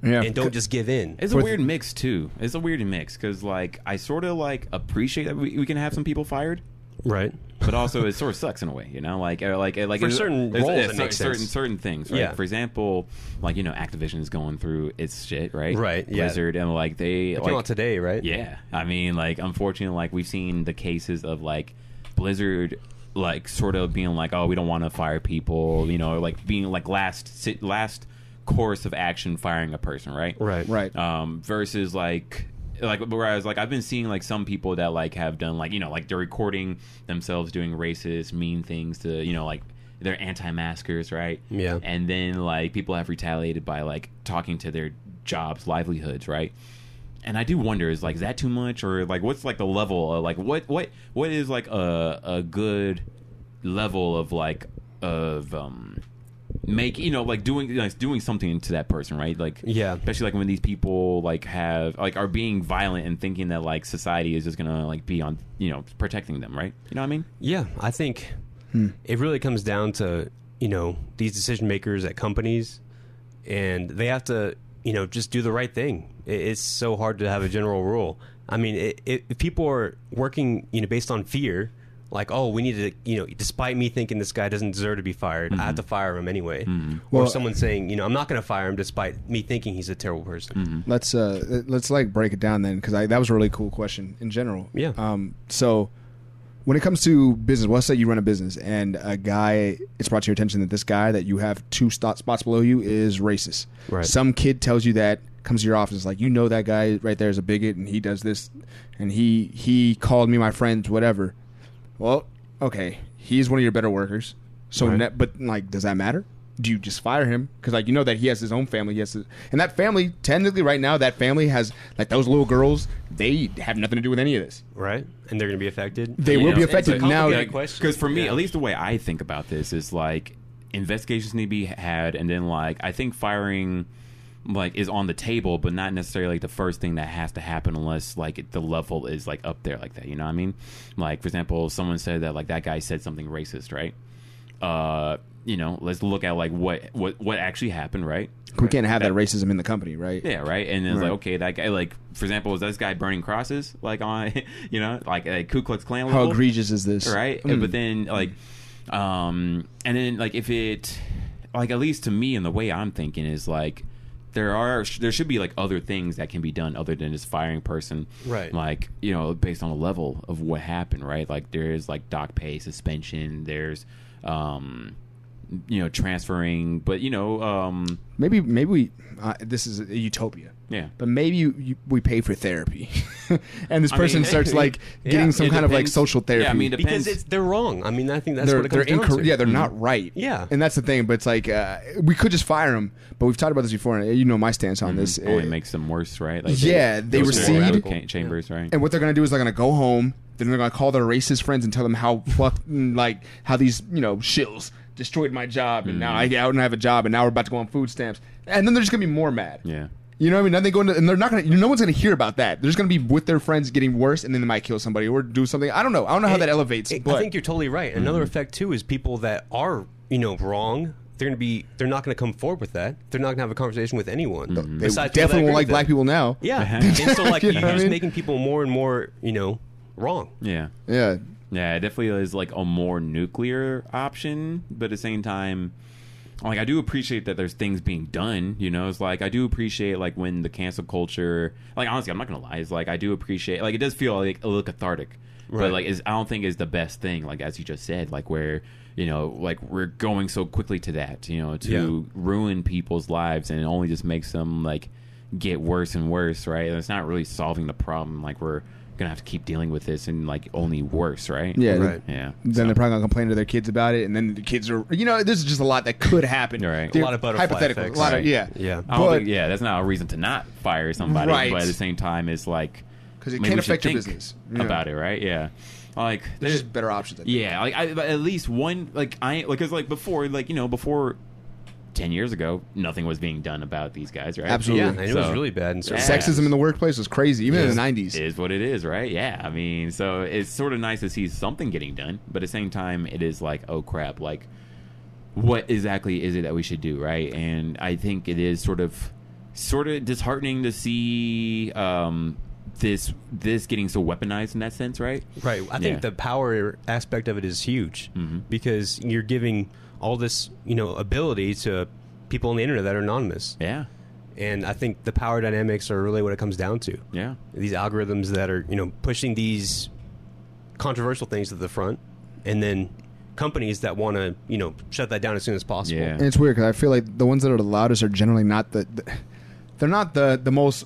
Speaker 3: yeah.
Speaker 2: and don't just give in.
Speaker 1: It's a weird mix too. It's a weird mix because, like, I sort of like appreciate that we, we can have some people fired,
Speaker 2: Right?
Speaker 1: but also it sort of sucks in a way, you know, like uh, like uh, like
Speaker 2: For
Speaker 1: there's-
Speaker 2: certain
Speaker 1: there's-
Speaker 2: roles,
Speaker 1: yeah,
Speaker 2: it
Speaker 1: cer-
Speaker 2: makes
Speaker 1: certain
Speaker 2: sense.
Speaker 1: certain things. Right?
Speaker 2: Yeah.
Speaker 1: For example, like you know, Activision is going through its shit, right?
Speaker 2: Right, yeah.
Speaker 1: Blizzard and like they
Speaker 2: Came out
Speaker 1: like
Speaker 2: today, right?
Speaker 1: yeah. I mean, like, unfortunately, like we've seen the cases of like Blizzard, like sort of being like, oh, we don't want to fire people, you know, like being like last si- last course of action firing a person, right?
Speaker 2: Right.
Speaker 3: right.
Speaker 1: um, versus like like whereas like I've been seeing like some people that like have done like you know like they're recording themselves doing racist mean things to you know like they're anti-maskers right
Speaker 2: Yeah.
Speaker 1: and then like people have retaliated by like talking to their jobs livelihoods right and I do wonder is like is that too much or like what's like the level of like what what what is like a a good level of like of um make you know like doing like doing something to that person right like
Speaker 2: Yeah.
Speaker 1: especially like when these people like have like are being violent and thinking that like society is just gonna like be on you know protecting them right you know what i mean
Speaker 2: Yeah, I think
Speaker 3: Hmm.
Speaker 2: it really comes down to you know these decision makers at companies, and they have to you know, just do the right thing. It, it's so hard to have a general rule. I mean, i i if people are working, you know, based on fear, like, oh, we need to, you know, despite me thinking this guy doesn't deserve to be fired, I have to fire him anyway. or
Speaker 3: Well-
Speaker 2: someone saying, you know, I'm not going to fire him despite me thinking he's a terrible person.
Speaker 3: Let's uh let's like break it down then because I that was a really cool question in general.
Speaker 2: Yeah.
Speaker 3: Um. So when it comes to business, well, let's say you run a business and a guy it's brought to your attention that this guy that you have two sto- spots below you is racist.
Speaker 2: Right.
Speaker 3: Some kid tells you that comes to your office like you know that guy right there is a bigot and he does this and he he called me my friend whatever. Well, okay, he's one of your better workers. So,
Speaker 2: Right.
Speaker 3: ne- but like, does that matter? Do you just fire him? Because like you know that he has his own family. Yes, and that family technically right now, that family has like those little girls. They have nothing to do with any of this.
Speaker 2: Right? And they're going to be affected.
Speaker 3: They
Speaker 2: You
Speaker 3: will
Speaker 2: know,
Speaker 3: be
Speaker 2: it's a
Speaker 3: affected now.
Speaker 2: complicated question.
Speaker 1: Because for me,
Speaker 2: Yeah.
Speaker 1: at least the way I think about this is like investigations need to be had, and then like I think firing like is on the table, but not necessarily like the first thing that has to happen unless like the level is like up there like that. You know what I mean? Like for example, someone said that like that guy said something racist, right? Uh, you know, let's look at like what what what actually happened, right?
Speaker 3: We can't have that racism in the company, right?
Speaker 1: Yeah, right. And it's
Speaker 3: Right.
Speaker 1: like, okay, that guy, like, for example, is this guy burning crosses, like on, you know, like a Ku Klux Klan
Speaker 3: How
Speaker 1: level?
Speaker 3: egregious is this?
Speaker 1: right?
Speaker 3: Mm.
Speaker 1: But then like, um, and then like if it, like at least to me and the way I'm thinking is like, there are there should be like other things that can be done other than just firing person,
Speaker 2: Right.
Speaker 1: Like you know based on the level of what happened, right? Like there is like dock pay suspension. There's, um, you know transferring, but you know, um,
Speaker 3: maybe maybe we uh, this is a utopia.
Speaker 1: yeah.
Speaker 3: But maybe you, you, we pay for therapy, and this
Speaker 1: mean,
Speaker 3: person starts like getting
Speaker 2: yeah,
Speaker 3: some
Speaker 1: it
Speaker 3: kind of like
Speaker 1: depends.
Speaker 3: social
Speaker 1: Yeah, I
Speaker 3: therapy.
Speaker 1: mean, it
Speaker 2: because
Speaker 1: depends.
Speaker 2: it's, they're wrong. I mean, I think that's
Speaker 3: they're
Speaker 2: what it
Speaker 3: they're
Speaker 2: comes down
Speaker 3: incorrect.
Speaker 2: to.
Speaker 3: Yeah,
Speaker 1: Mm-hmm.
Speaker 3: they're not right.
Speaker 2: Yeah.
Speaker 3: and that's the thing. But it's like uh, we could just fire them. But we've talked about this before, and you know my stance on this.
Speaker 1: Mm-hmm. only
Speaker 3: Uh,
Speaker 1: makes them worse, right? Like
Speaker 3: Yeah, they
Speaker 1: those people
Speaker 3: recede.
Speaker 1: echo cha- chambers, right?
Speaker 3: Uh, and what they're gonna do is they're gonna go home. Then they're gonna call their racist friends and tell them how fuck like how these you know shills destroyed my job,
Speaker 1: Mm.
Speaker 3: and now I, I don't have a job, and now we're about to go on food stamps. And then they're just gonna be more mad.
Speaker 1: yeah.
Speaker 3: You know what I mean? Then they go into, and they're not gonna. No one's gonna hear about that. They're just gonna be with their friends, getting worse, and then they might kill somebody or do something. I don't know. I don't know how that
Speaker 2: It-
Speaker 3: elevates.
Speaker 2: it-
Speaker 3: but Mm-hmm.
Speaker 2: I think you're totally right. Another effect too is people that are you know wrong. They're gonna be. They're not gonna come forward with that. They're not gonna have a conversation with anyone.
Speaker 1: Mm-hmm.
Speaker 3: they
Speaker 2: besides people that
Speaker 3: definitely
Speaker 2: agree
Speaker 3: won't like
Speaker 2: with
Speaker 3: black
Speaker 2: them.
Speaker 3: people now.
Speaker 2: Yeah,
Speaker 1: Uh-huh.
Speaker 2: and so like
Speaker 3: You
Speaker 2: you
Speaker 3: know
Speaker 2: are
Speaker 3: what I
Speaker 2: just
Speaker 3: mean?
Speaker 2: making people more and more you know wrong.
Speaker 1: Yeah.
Speaker 3: Yeah.
Speaker 1: Yeah, it definitely is like a more nuclear option, but at the same time, like I do appreciate that there's things being done. You know, it's like I do appreciate like when the cancel culture. Like honestly, I'm not gonna lie. It's like I do appreciate. Like it does feel like a little cathartic,
Speaker 2: Right.
Speaker 1: but like is I don't think is the best thing. Like as you just said, like where you know like we're going so quickly to that. You know, to
Speaker 2: Yeah.
Speaker 1: ruin people's lives and it only just makes them like get worse and worse, right? And it's not really solving the problem. Like we're gonna have to keep dealing with this and like only worse, right?
Speaker 3: Yeah.
Speaker 2: Right.
Speaker 1: Yeah.
Speaker 3: Then they're probably gonna complain to their kids about it, and then the kids are, you know, there's just a lot that could happen.
Speaker 1: Right. A
Speaker 3: They're
Speaker 2: lot of butterfly
Speaker 3: hypothetical,
Speaker 2: effects.
Speaker 3: a lot of
Speaker 1: Right.
Speaker 3: yeah,
Speaker 2: Yeah.
Speaker 1: I don't
Speaker 3: But-
Speaker 1: think, yeah, that's not a reason to not fire somebody,
Speaker 3: Right.
Speaker 1: but at the same time, it's like
Speaker 3: 'Cause it
Speaker 1: maybe
Speaker 3: can
Speaker 1: we should
Speaker 3: affect your
Speaker 1: think
Speaker 3: business. Yeah.
Speaker 1: about it, right? Yeah, like
Speaker 3: There's
Speaker 1: there's
Speaker 3: just better options. I think.
Speaker 1: yeah, like I, but at least one like I like cause like before like you know before ten years ago nothing was being done about these guys, right?
Speaker 3: Absolutely.
Speaker 2: Yeah, and it was
Speaker 1: So-
Speaker 2: really bad. And so
Speaker 1: Yeah.
Speaker 3: Sexism in the workplace was crazy, even in the
Speaker 2: Yeah.
Speaker 3: nineties.
Speaker 1: It is what it is, right? Yeah, I mean, so it's sort of nice to see something getting done, but at the same time, it is like, oh crap, like what exactly is it that we should do, right? And I think it is sort of, sort of disheartening to see um, this this getting so weaponized in that sense, right?
Speaker 2: Right. I think
Speaker 1: Yeah. Mm-hmm.
Speaker 2: the power aspect of it is huge because you're giving all this you know ability to people on the internet that are anonymous,
Speaker 1: Yeah,
Speaker 2: and I think the power dynamics are really what it comes down to.
Speaker 1: yeah,
Speaker 2: these algorithms that are you know pushing these controversial things to the front, and then companies that want to you know shut that down as soon as possible.
Speaker 1: Yeah.
Speaker 3: And it's weird because I feel like the ones that are the loudest are generally not the, the they're not the the most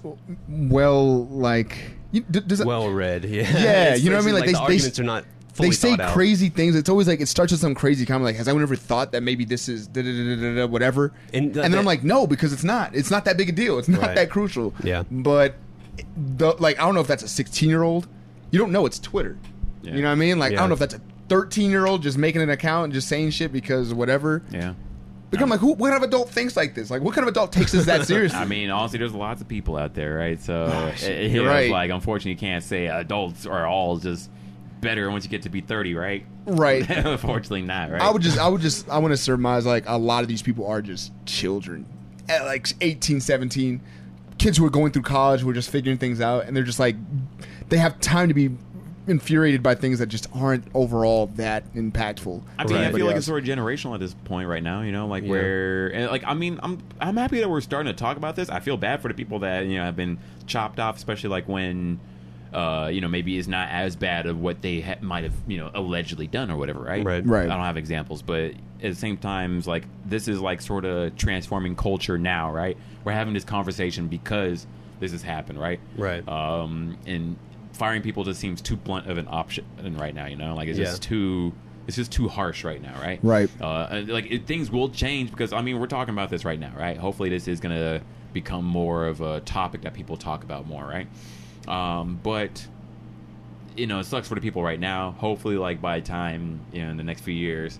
Speaker 3: well like. You, d- does it-
Speaker 2: Well read, yeah,
Speaker 3: Yeah,
Speaker 2: It's-
Speaker 3: you know what I
Speaker 2: it's
Speaker 3: mean? Like,
Speaker 2: the
Speaker 3: they- they-
Speaker 2: arguments are not. Fully
Speaker 3: they say
Speaker 2: thought out.
Speaker 3: crazy things. It's always like it starts with some crazy comment, like "Has anyone ever thought that maybe this is da da da da da whatever?"
Speaker 2: And
Speaker 3: And,
Speaker 2: that-
Speaker 3: then I'm
Speaker 2: that-
Speaker 3: like, "No, because it's not. It's not that big a deal. It's not
Speaker 2: Right.
Speaker 3: that crucial."
Speaker 2: Yeah.
Speaker 3: But the like, I don't know if that's a 16 year old. You don't know it's Twitter.
Speaker 1: Yeah.
Speaker 3: You know what I mean? Like, I
Speaker 2: Yeah.
Speaker 3: don't know if that's a 13 year old just making an account and just saying shit because whatever.
Speaker 1: yeah.
Speaker 3: Because I'm like, who? What kind of adult thinks like this? Like, what kind of adult takes this that seriously?
Speaker 1: I mean, honestly, there's lots of people out there, right? So it,
Speaker 3: You're
Speaker 1: it's
Speaker 3: right.
Speaker 1: like, unfortunately, you can't say adults are all just better once you get to be 30, right?
Speaker 3: Right.
Speaker 1: unfortunately, not, right?
Speaker 3: I would just, I would just, I want to surmise like a lot of these people are just children. at like 18, 17, kids who are going through college who are just figuring things out, and they're just like, they have time to be infuriated by things that just aren't overall that impactful.
Speaker 1: I
Speaker 3: to
Speaker 1: mean, I
Speaker 3: anybody
Speaker 1: feel like
Speaker 3: else.
Speaker 1: it's sort of generational at this point right now. You know, like where and like I mean, I'm I'm happy that we're starting to talk about this. I feel bad for the people that you know have been chopped off, especially like when. Uh, you know, maybe it's not as bad of what they ha- might have, you know, allegedly done or whatever, right?
Speaker 2: Right.
Speaker 3: Right.
Speaker 1: I don't have examples, but at the same time, like this is like sort of transforming culture now, right? We're having this conversation because this has happened, right?
Speaker 2: Right.
Speaker 1: Um, and firing people just seems too blunt of an option right now, you know? Like it's
Speaker 2: Yeah.
Speaker 1: just too it's just too harsh right now, right?
Speaker 3: Right.
Speaker 1: Uh, and, like it, things will change because I mean we're talking about this right now, right? Hopefully this is gonna become more of a topic that people talk about more, right? Um, but you know, it sucks for the people right now. Hopefully, like by the time you know, in the next few years,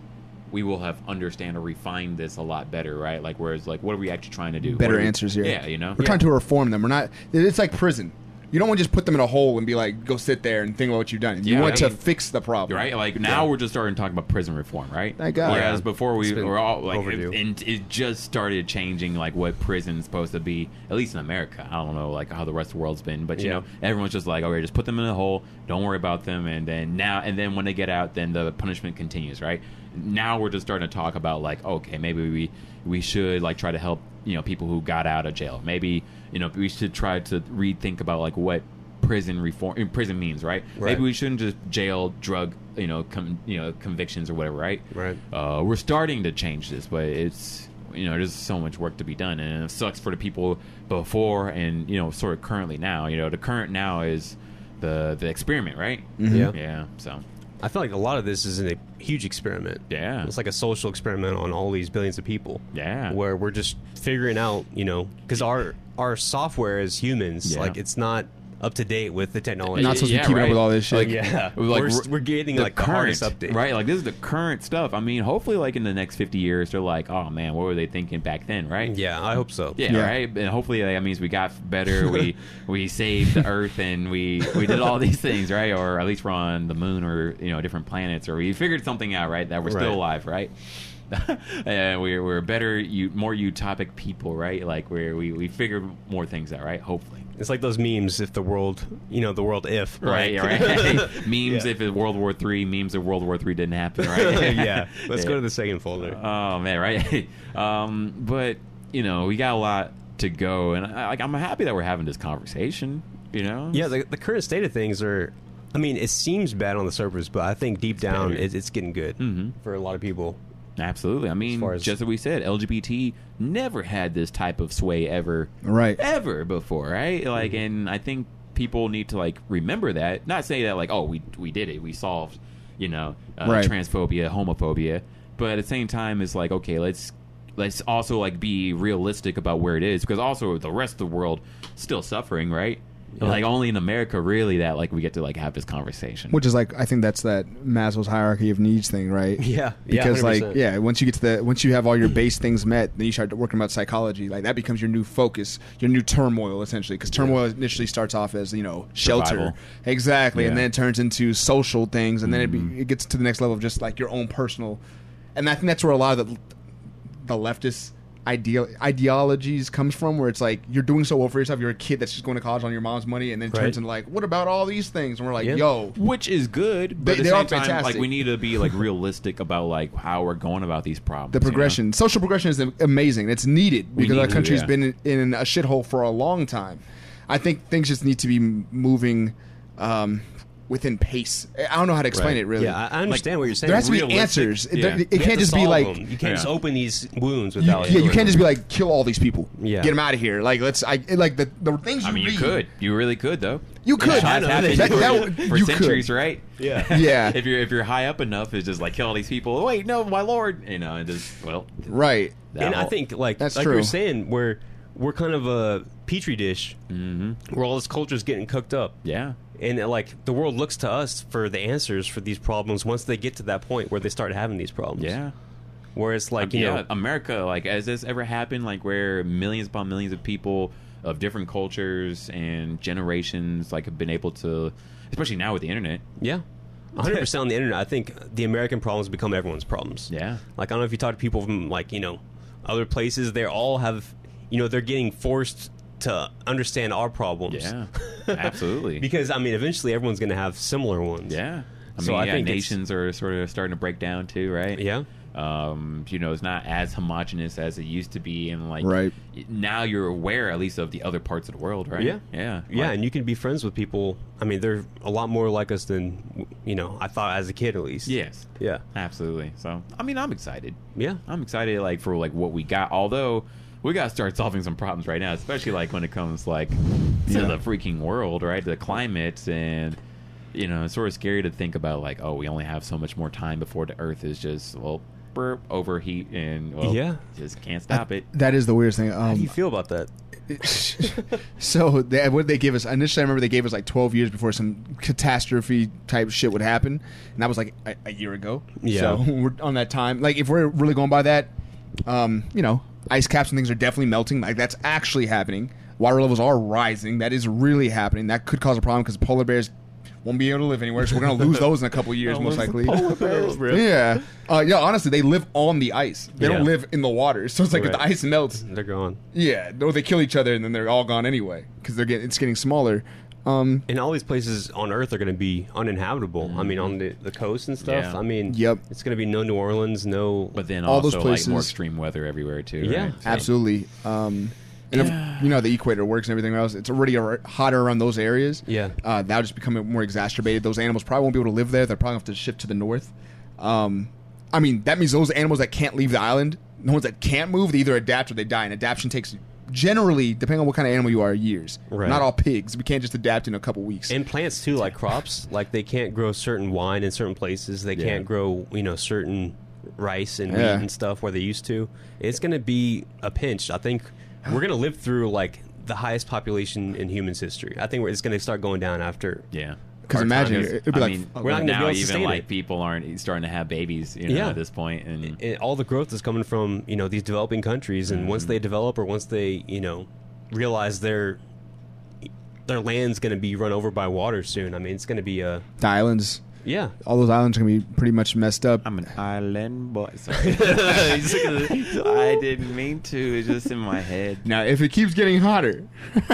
Speaker 1: we will have understand or refined this a lot better, right? Like, whereas, like, what are we actually trying to do?
Speaker 3: better
Speaker 1: What are we-
Speaker 3: answers here.
Speaker 1: Yeah, you know,
Speaker 3: We're trying to reform them. We're not. It's like prison. You don't want to just put them in a hole and be like, go sit there and think about what you've done. You
Speaker 1: Yeah,
Speaker 3: want
Speaker 1: I
Speaker 3: to
Speaker 1: mean-
Speaker 3: fix the problem,
Speaker 1: right? Like now we're just starting to talk about prison reform, right?
Speaker 3: Thank God.
Speaker 1: Whereas
Speaker 2: Yeah.
Speaker 1: before we
Speaker 2: It's been
Speaker 1: were all like,
Speaker 2: overdue.
Speaker 1: it, and it just started changing like what prison's supposed to be, at least in America. I don't know like how the rest of the world's been, but you
Speaker 2: Yeah.
Speaker 1: know, everyone's just like, okay, just put them in a hole, don't worry about them, and then now and then when they get out, then the punishment continues, right? Now we're just starting to talk about like, okay, maybe we we should like try to help you know people who got out of jail. Maybe you know we should try to rethink about like what prison reform prison means right?
Speaker 2: Right.
Speaker 1: maybe we shouldn't just jail drug you know com, you know convictions or whatever right
Speaker 2: Right.
Speaker 1: uh, we're starting to change this but it's you know there's so much work to be done and it sucks for the people before and you know sort of currently now you know the current now is the the experiment right
Speaker 2: Yeah.
Speaker 1: yeah so
Speaker 2: I feel like a lot of this is a huge experiment.
Speaker 1: Yeah.
Speaker 2: It's like a social experiment on all these billions of people.
Speaker 1: Yeah.
Speaker 2: Where we're just figuring out, you know, because our our software as humans,
Speaker 1: Yeah.
Speaker 2: like it's not up to date with the technology.
Speaker 3: Not supposed to
Speaker 1: Yeah,
Speaker 3: be keeping
Speaker 1: right.
Speaker 3: up with all this shit.
Speaker 2: like, yeah,
Speaker 1: It was like
Speaker 2: we're,
Speaker 1: r-
Speaker 2: we're getting like the hardest update,
Speaker 1: right? Like this is the current stuff. I mean, hopefully, like in the next fifty years, they're like, "Oh man, what were they thinking back then?" Right?
Speaker 2: Yeah, I hope so.
Speaker 1: Yeah,
Speaker 3: Yeah.
Speaker 1: right. And hopefully that means we got better. We we saved the Earth and we we did all these things, right? Or at least we're on the moon or you know different planets, or we figured something out, right? That we're
Speaker 2: Right.
Speaker 1: still alive, right? and we're we're better, you more utopic people, right? Like we we we figured more things out, right? Hopefully.
Speaker 2: It's like those memes. If the world, you know, the world if
Speaker 1: Right,
Speaker 2: like-
Speaker 1: right. memes
Speaker 2: Yeah.
Speaker 1: if it- World War Three, memes if World War Three didn't happen, right?
Speaker 2: yeah. Let's
Speaker 1: Yeah.
Speaker 2: go to the second folder.
Speaker 1: Oh man, right? um, but you know, we got a lot to go, and I, like I'm happy that we're having this conversation. You know?
Speaker 2: yeah, the, the current state of things are. I mean, it seems bad on the surface, but I think deep down
Speaker 1: better. Mm-hmm.
Speaker 2: it, it's getting good for a lot of people.
Speaker 1: absolutely. I mean,
Speaker 2: far as-
Speaker 1: just as we said, LGBT never had this type of sway ever,
Speaker 3: Right.
Speaker 1: Ever before, right? Like,
Speaker 3: Mm-hmm.
Speaker 1: and I think people need to like remember that. Not say that like, oh, we we did it, we solved, you know, uh,
Speaker 3: Right.
Speaker 1: transphobia, homophobia, but at the same time, it's like, okay, let's. Let's also like be realistic about where it is because also the rest of the world still suffering, right? Like only in America really that like we get to like have this conversation.
Speaker 3: Which is like, I think that's that Maslow's hierarchy of needs thing, right?
Speaker 2: Yeah, yeah,
Speaker 3: Because like,
Speaker 2: 100%.
Speaker 3: yeah, once you get to the, once you have all your base things met, then you start working about psychology. Like that becomes your new focus, your new turmoil essentially. Because turmoil initially starts off as you know shelter,
Speaker 1: Survival.
Speaker 3: exactly, and
Speaker 1: Yeah.
Speaker 3: then it turns into social things, and then it,
Speaker 2: Mm.
Speaker 3: be, it gets to the next level of just like your own personal. And I think that's where a lot of the the leftist ideal ideologies comes from where it's like you're doing so well for yourself you're a kid that's just going to college on your mom's money and then
Speaker 2: Right.
Speaker 3: turns into like what about all these things and we're like
Speaker 2: Yeah.
Speaker 3: yo
Speaker 1: which is good, but
Speaker 3: They-
Speaker 1: at
Speaker 3: they
Speaker 1: the
Speaker 3: are
Speaker 1: same time,
Speaker 3: fantastic.
Speaker 1: like we need to be like realistic about like how we're going about these problems.
Speaker 3: the
Speaker 1: you know?
Speaker 3: progression social progression is amazing it's needed because
Speaker 1: need
Speaker 3: our
Speaker 1: it,
Speaker 3: country's
Speaker 1: yeah.
Speaker 3: been in, in a shithole for a long time i think things just need to be m- moving um, within pace i don't know how to explain
Speaker 1: Right.
Speaker 3: it really
Speaker 2: Yeah, I, I understand what you're saying.
Speaker 3: there has to be
Speaker 2: Realistic-
Speaker 3: answers it,
Speaker 1: yeah.
Speaker 3: it,
Speaker 2: You have
Speaker 3: can't
Speaker 2: to
Speaker 3: just be
Speaker 2: solve
Speaker 3: like
Speaker 2: them. you can't just
Speaker 1: Yeah.
Speaker 2: open these wounds
Speaker 3: you,
Speaker 2: without.
Speaker 3: yeah, you
Speaker 2: doing
Speaker 3: can't
Speaker 2: it.
Speaker 3: just be like kill all these people
Speaker 2: Yeah.
Speaker 3: get them out of here like let's i like the, the things
Speaker 1: I
Speaker 3: you
Speaker 1: mean,
Speaker 3: read
Speaker 1: you could, you really could, though.
Speaker 3: You could.
Speaker 1: It has
Speaker 2: I know.
Speaker 1: happened
Speaker 2: That-
Speaker 1: for,
Speaker 3: that-
Speaker 1: for
Speaker 3: you could.
Speaker 1: centuries, right?
Speaker 2: Yeah.
Speaker 3: Yeah.
Speaker 1: if you're if you're high up enough, it's just like kill all these people. Oh, Wait, no, my lord. You know, and just well,
Speaker 3: right
Speaker 1: that
Speaker 2: and I
Speaker 1: whole-
Speaker 2: think like
Speaker 3: That's
Speaker 2: like
Speaker 3: true.
Speaker 2: you're saying, we're we're kind of a petri dish
Speaker 1: Mm-hmm.
Speaker 2: where all this culture is getting cooked up.
Speaker 1: yeah,
Speaker 2: And uh, like the world looks to us for the answers for these problems once they get to that point where they start having these problems.
Speaker 1: yeah. Um,
Speaker 2: Where it's like, you
Speaker 1: yeah,
Speaker 2: know,
Speaker 1: America, like, has this ever happened? Like, where millions upon millions of people of different cultures and generations, like, have been able to, especially now with the internet.
Speaker 2: yeah. 100% on the internet. I think the American problems become everyone's problems.
Speaker 1: Yeah.
Speaker 2: Like I don't know if you talk to people from like you know other places, they all have you know they're getting forced to understand our problems.
Speaker 1: Yeah, absolutely.
Speaker 2: Because I mean, eventually everyone's going to have similar ones.
Speaker 1: yeah, I mean,
Speaker 2: So I
Speaker 1: yeah,
Speaker 2: think it's-
Speaker 1: nations are sort of starting to break down too, right?
Speaker 2: Yeah.
Speaker 1: um, you know, it's not as homogenous as it used to be, and like
Speaker 3: Right.
Speaker 1: now you're aware at least of the other parts of the world, right?
Speaker 2: Yeah.
Speaker 1: yeah,
Speaker 2: Yeah,
Speaker 1: Like,
Speaker 2: and you can be friends with people. I mean, they're a lot more like us than you know. I thought as a kid, at least.
Speaker 1: yes,
Speaker 2: Yeah.
Speaker 1: absolutely. So, I mean, I'm excited.
Speaker 2: Yeah.
Speaker 1: I'm excited like for like what we got. Although we gotta start solving some problems right now, especially like when it comes like to
Speaker 3: Yeah.
Speaker 1: the freaking world, right? The climates and you know, it's sort of scary to think about like, oh, we only have so much more time before the Earth is just well, burp, overheat and well,
Speaker 2: Yeah.
Speaker 1: just can't stop it.
Speaker 3: That is the weirdest thing.
Speaker 2: How do
Speaker 3: Um,
Speaker 2: you feel about that?
Speaker 3: so they, what did they give us? Initially, I remember they gave us like 12 years before some catastrophe type shit would happen, and that was like a, a year ago.
Speaker 2: Yeah.
Speaker 3: So we're on that time. Like if we're really going by that, um, you know, ice caps and things are definitely melting. Like that's actually happening. Water levels are rising. That is really happening. That could cause a problem because polar bears won't be able to live anywhere. So we're gonna lose those in a couple years, most likely. Yeah. Uh, yeah. Honestly, they live on the ice. They
Speaker 2: Yeah.
Speaker 3: don't live in the water. So it's like if
Speaker 2: Right.
Speaker 3: the ice melts,
Speaker 2: They're gone.
Speaker 3: yeah, or they kill each other and then they're all gone anyway because they're getting it's getting smaller. Um,
Speaker 2: And all these places on Earth are going to be uninhabitable. I mean, on the, the coast and stuff.
Speaker 1: Yeah.
Speaker 2: I mean,
Speaker 3: Yep.
Speaker 2: It's going to be no New Orleans, no.
Speaker 1: But then
Speaker 3: All
Speaker 1: also
Speaker 3: those
Speaker 1: like more
Speaker 3: places-
Speaker 1: extreme weather everywhere too.
Speaker 2: Yeah.
Speaker 1: right?
Speaker 3: absolutely. Um, and if, you know how the equator works and everything else. It's already ar- hotter around those areas.
Speaker 2: Yeah.
Speaker 3: uh, that'll just become more exacerbated. Those animals probably won't be able to live there. They're probably gonna have to shift to the north. Um, I mean, that means those animals that can't leave the island, the ones that can't move, they either adapt or they die. And adaptation takes generally, depending on what kind of animal you are, years.
Speaker 2: Right.
Speaker 3: Not all pigs. We can't just adapt in a couple weeks.
Speaker 2: and plants too, like crops. Like they can't grow certain wine in certain places. They can't grow, you know, certain rice and
Speaker 3: Yeah.
Speaker 2: wheat and stuff where they used to. It's going to be a pinch. I think we're going to live through like the highest population in humans history. I think we're- it's going to start going down after.
Speaker 1: Yeah.
Speaker 3: Because
Speaker 2: Our
Speaker 3: imagine
Speaker 2: time is-
Speaker 3: it'd
Speaker 1: I
Speaker 3: be like
Speaker 1: mean,
Speaker 2: we're not gonna be able
Speaker 1: now
Speaker 2: to
Speaker 1: even
Speaker 2: sustain
Speaker 1: like
Speaker 2: it.
Speaker 1: people aren't starting to have babies, you know,
Speaker 2: Yeah.
Speaker 1: at this point, and
Speaker 2: And all the growth is coming from you know these developing countries, and once they develop or once they you know realize their their land's going to be run over by water soon. I mean, it's going to be a
Speaker 3: the islands.
Speaker 2: yeah.
Speaker 3: All those islands are gonna be pretty much messed up.
Speaker 1: I'm an island boy. Sorry. I didn't mean to. It's just in my head.
Speaker 3: Now, if it keeps getting hotter,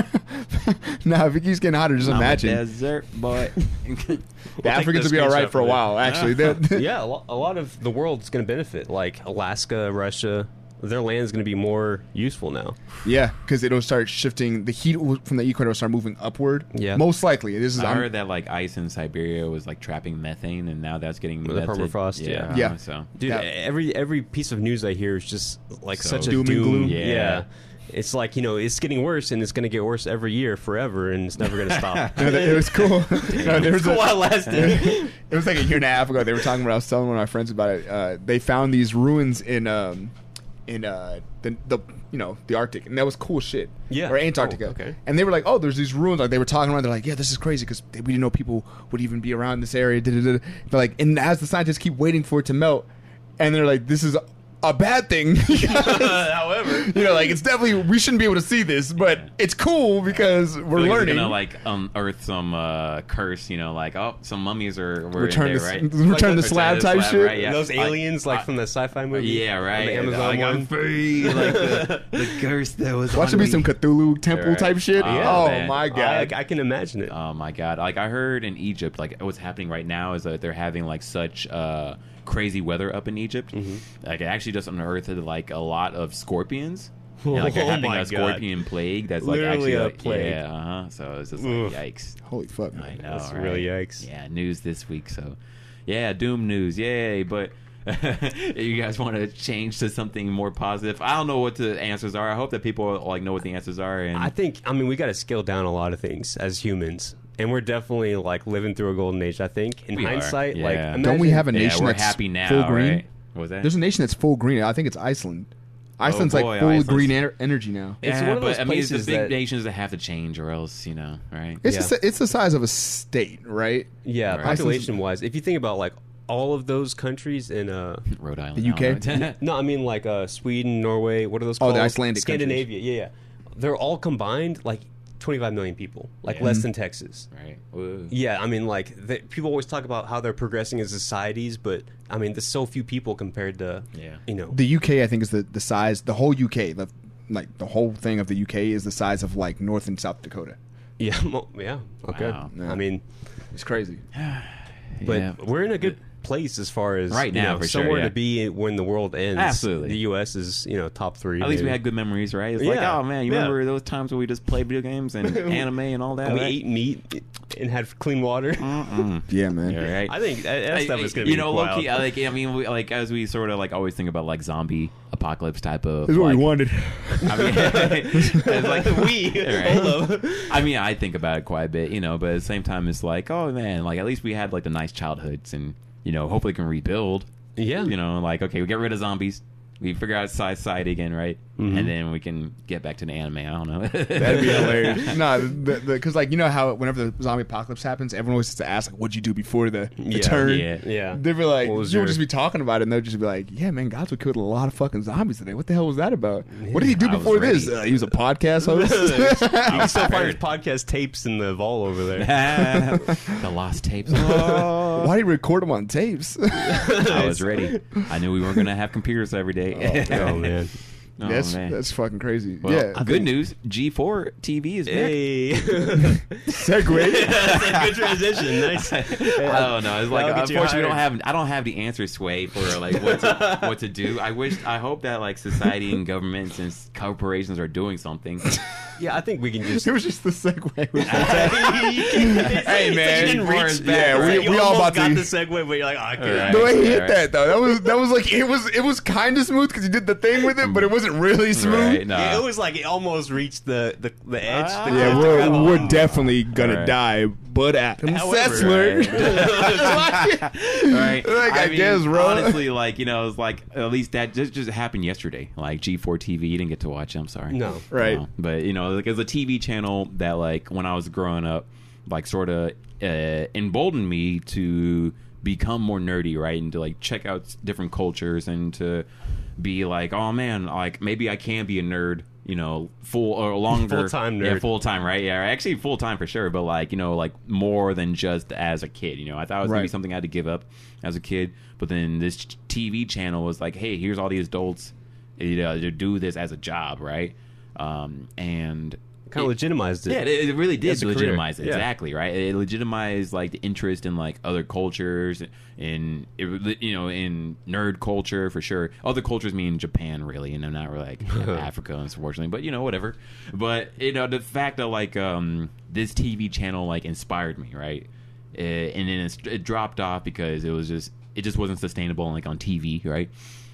Speaker 3: now if it keeps getting hotter, just imagine
Speaker 1: desert boy.
Speaker 3: the Africans will be all right for a while. Actually, They're-
Speaker 2: yeah, a lot, a lot of the world's going to benefit. Like Alaska, Russia, their land's going to be more useful now.
Speaker 3: yeah, because it'll start shifting. The heat will- from the equator will start moving upward.
Speaker 2: Yeah.
Speaker 3: most likely. This is
Speaker 1: I
Speaker 3: I'm-
Speaker 1: heard that like ice in Siberia was like trapping methane, and now that's getting
Speaker 2: With the
Speaker 1: method-
Speaker 2: permafrost, yeah.
Speaker 3: Yeah.
Speaker 1: So
Speaker 2: Dude, e,
Speaker 3: Yeah.
Speaker 2: every every piece of news I hear is just like
Speaker 1: So
Speaker 2: such a
Speaker 3: doom and gloom.
Speaker 2: Yeah.
Speaker 1: Yeah.
Speaker 2: It's like, you know, it's getting worse and it's going to get worse every year forever and it's never going to stop.
Speaker 3: No, that- it was cool. No, there was a-
Speaker 2: While lasting.
Speaker 3: it was like a year and a half ago. They were talking about. I was telling one of my friends about it. Uh, they found these ruins in um, in uh, the, the you know the Arctic, and that was cool shit.
Speaker 2: Yeah.
Speaker 3: or Antarctica.
Speaker 2: Oh, okay.
Speaker 3: And they were like, oh, there's these ruins. Like they were talking around. They're like, yeah, this is crazy because we didn't know people would even be around this area. da-da-da-da. They're like, and as the scientists keep waiting for it to melt, and they're like, this is. A bad thing,
Speaker 2: However.
Speaker 3: you know, like it's definitely we shouldn't be able to see this, but it's cool because
Speaker 1: Like,
Speaker 3: we're
Speaker 1: it's
Speaker 3: learning.
Speaker 1: gonna like unearth some uh, curse, you know, like oh, some mummies are were in
Speaker 3: Return
Speaker 1: there,
Speaker 3: to-
Speaker 1: right?
Speaker 3: return
Speaker 1: Like,
Speaker 3: to
Speaker 1: the
Speaker 3: slab type shit?
Speaker 1: right, yeah.
Speaker 2: Those
Speaker 1: Like,
Speaker 2: aliens, like, from the sci-fi movie,
Speaker 1: Yeah, right.
Speaker 2: The Amazon
Speaker 1: like,
Speaker 2: one.
Speaker 1: I'm free. Like the, the curse that was.
Speaker 3: Watch it
Speaker 1: on
Speaker 3: be
Speaker 1: me.
Speaker 3: some Cthulhu temple
Speaker 1: Right.
Speaker 3: type shit.
Speaker 1: Yeah,
Speaker 3: oh
Speaker 1: man.
Speaker 3: my
Speaker 2: I,
Speaker 3: god!
Speaker 2: I can imagine it. Um,
Speaker 1: Oh my god! Like I heard in Egypt, like what's happening right now is that they're having like such uh, crazy weather up in Egypt.
Speaker 2: Mm-hmm.
Speaker 1: Like it actually just unearthed like a lot of scorpions. And, like they're
Speaker 2: Oh
Speaker 1: having
Speaker 2: my
Speaker 1: a
Speaker 2: God.
Speaker 1: scorpion plague that's like
Speaker 2: Literally
Speaker 1: actually
Speaker 2: a
Speaker 1: like,
Speaker 2: plague.
Speaker 1: Yeah, uh-huh. so it's just
Speaker 2: Oof.
Speaker 1: like yikes.
Speaker 3: Holy fuck!
Speaker 1: I know,
Speaker 2: That's
Speaker 1: right?
Speaker 2: really yikes.
Speaker 1: Yeah, news this week. So, yeah, doom news. Yay! But you guys want to change to something more positive? I don't know what the answers are. I hope that people like know what the answers are. And
Speaker 2: I think I mean we got to scale down a lot of things as humans, and we're definitely like living through a golden age. I think in
Speaker 1: We are,
Speaker 2: hindsight,
Speaker 1: yeah.
Speaker 2: like
Speaker 1: Don't
Speaker 3: Don't we
Speaker 2: imagine-
Speaker 3: have a
Speaker 1: yeah,
Speaker 3: nation
Speaker 1: we're
Speaker 3: that's
Speaker 1: happy now,
Speaker 3: full green?
Speaker 1: right? What was that?
Speaker 3: There's a nation that's full green. I think it's Iceland. Iceland's
Speaker 1: boy,
Speaker 3: like full
Speaker 1: Iceland's-
Speaker 3: green ener- energy now.
Speaker 2: It's
Speaker 1: yeah,
Speaker 2: one of
Speaker 1: but,
Speaker 2: those
Speaker 1: I mean, it's the
Speaker 2: places
Speaker 1: big
Speaker 2: that-
Speaker 1: nations that have to change, or else you know, right?
Speaker 3: It's
Speaker 2: Yeah.
Speaker 3: just it's the size of a state, right?
Speaker 2: yeah,
Speaker 1: Right.
Speaker 2: population wise, if you think about like all of those countries in uh.
Speaker 1: Rhode Island,
Speaker 3: The UK?
Speaker 1: Illinois.
Speaker 2: No, I mean like uh, Sweden, Norway. What are those?
Speaker 3: Oh,
Speaker 2: called?
Speaker 3: the Icelandic countries.
Speaker 2: Scandinavia. Yeah, yeah, they're all combined like 25 million people, like
Speaker 1: Yeah.
Speaker 3: Mm-hmm.
Speaker 2: less than Texas.
Speaker 1: right? Woo.
Speaker 2: Yeah, I mean like they, people always talk about how they're progressing as societies, but I mean there's so few people compared to
Speaker 1: Yeah.
Speaker 2: you know
Speaker 3: The UK, I think, is the, the size. The whole UK, the like the whole thing of the UK is the size of like North and South Dakota.
Speaker 2: Yeah, mo- yeah. Okay.
Speaker 1: Wow.
Speaker 3: Yeah.
Speaker 2: I mean,
Speaker 3: It's crazy.
Speaker 2: but
Speaker 1: Yeah.
Speaker 2: we're in a good place as far as
Speaker 1: Right
Speaker 2: you
Speaker 1: now,
Speaker 2: know,
Speaker 1: for sure,
Speaker 2: somewhere
Speaker 1: yeah.
Speaker 2: to be when the world ends.
Speaker 1: Absolutely.
Speaker 2: the U.S. is you know top three.
Speaker 1: At least we
Speaker 2: maybe.
Speaker 1: had good memories, right? It's like,
Speaker 2: Yeah.
Speaker 1: oh man, you
Speaker 2: Yeah.
Speaker 1: remember those times when we just played video games and anime and all that?
Speaker 2: And we
Speaker 1: right?
Speaker 2: ate meat and had clean water.
Speaker 1: Mm-mm.
Speaker 3: Yeah, man.
Speaker 1: Yeah, right.
Speaker 2: I think that, that
Speaker 1: I-
Speaker 2: stuff is going to
Speaker 1: you
Speaker 2: be
Speaker 1: know,
Speaker 2: wild.
Speaker 1: low-key, I like, I mean, we, like as we sort of like always think about like zombie apocalypse type of.
Speaker 3: This is what
Speaker 1: like-
Speaker 3: we wanted.
Speaker 1: I mean, it's like
Speaker 2: we
Speaker 1: Right.
Speaker 2: all of
Speaker 1: I mean, I think about it quite a bit, you know, but at the same time, it's like, oh man, like at least we had like the nice childhoods, and you know, hopefully can rebuild.
Speaker 2: yeah.
Speaker 1: You know, like okay, we get rid of zombies, we figure out side side again, right,
Speaker 2: Mm-hmm.
Speaker 1: and then we can get back to the anime. I don't know.
Speaker 3: That'd be hilarious. no, because like you know how whenever the zombie apocalypse happens, everyone always has to ask like, "What'd you do before the, the
Speaker 2: Yeah,
Speaker 3: turn?"
Speaker 1: yeah.
Speaker 2: yeah.
Speaker 3: They'd be like,
Speaker 2: What was
Speaker 3: you'll
Speaker 2: your-
Speaker 3: just be talking about it, and they'll just be like, "Yeah, man, Godzilla killed a lot of fucking zombies today. What the hell was that about? what did he do
Speaker 1: I was
Speaker 3: before this?
Speaker 1: ready.
Speaker 3: Uh, he was a podcast host.
Speaker 2: you can still find his podcast tapes in the vault over there.
Speaker 1: the lost tapes. Oh,
Speaker 3: Why did he record him on tapes?
Speaker 1: I was ready. I knew we weren't gonna have computers every day.
Speaker 2: oh man.
Speaker 1: Oh,
Speaker 3: that's
Speaker 1: man.
Speaker 3: that's fucking crazy.
Speaker 1: Well,
Speaker 3: yeah,
Speaker 1: good news. G4 TV is back.
Speaker 2: Hey,
Speaker 3: segue.
Speaker 2: that's a good transition. Nice.
Speaker 1: I don't know. It's like
Speaker 2: That'll get you
Speaker 1: unfortunately, we don't
Speaker 2: hired.
Speaker 1: have I don't have the answer sway for like what to, what to do. I wish I hope that like society and governments and s- corporations are doing something.
Speaker 2: Yeah, I think we can just.
Speaker 3: it was just the segue.
Speaker 2: hey
Speaker 3: man.
Speaker 1: Reach back,
Speaker 3: Yeah, we-
Speaker 2: you
Speaker 3: we all
Speaker 2: almost
Speaker 3: about
Speaker 2: got
Speaker 3: to-
Speaker 2: the segue, but you're like, oh, I
Speaker 1: All
Speaker 2: can't.
Speaker 1: right.
Speaker 3: The way he hit
Speaker 1: Alright.
Speaker 3: that though, that was that was like it was it was kind of smooth because he did the thing with it, but it wasn't really smooth.
Speaker 1: Right, nah.
Speaker 2: It was like it almost reached the the, the edge.
Speaker 1: Ah.
Speaker 2: the
Speaker 1: Yeah,
Speaker 2: crest, the
Speaker 1: we're-
Speaker 2: crest.
Speaker 1: we're
Speaker 3: definitely gonna
Speaker 1: Alright.
Speaker 3: die, but Adam
Speaker 2: However,
Speaker 1: Right?
Speaker 3: Like, I guess, bro.
Speaker 1: Honestly, like you know, it's like at least that just just happened yesterday. Like G4 TV, you didn't get to watch. it. I'm sorry.
Speaker 2: No.
Speaker 3: Right.
Speaker 1: No. But you know, like as a TV channel that like when I was growing up, like sort of uh, emboldened me to become more nerdy, right, and to like check out s- different cultures and to be like, oh man, like maybe I can be a nerd. You know, full or longer
Speaker 2: Full-time
Speaker 1: Yeah,
Speaker 2: nerd.
Speaker 1: full time, right? Yeah, actually full time for sure, but like you know, like more than just as a kid. You know, I thought it was gonna be
Speaker 3: Right.
Speaker 1: something I had to give up as a kid, but then this ch- TV channel was like, hey, here's all these adults, you know, to do this as a job, right? Um, and
Speaker 2: kind of legitimized it.
Speaker 1: yeah, it, it really did
Speaker 2: It's a career.
Speaker 1: legitimize it.
Speaker 2: Yeah.
Speaker 1: Exactly right. It legitimized like the interest in like other cultures, in it- you know, in nerd culture for sure. Other cultures mean Japan, really, and I'm not really like Africa, unfortunately. But you know, whatever. But you know, the fact that like um, this TV channel like inspired me, right? Uh, and then it's, it dropped off because it was just it just wasn't sustainable like on TV, right?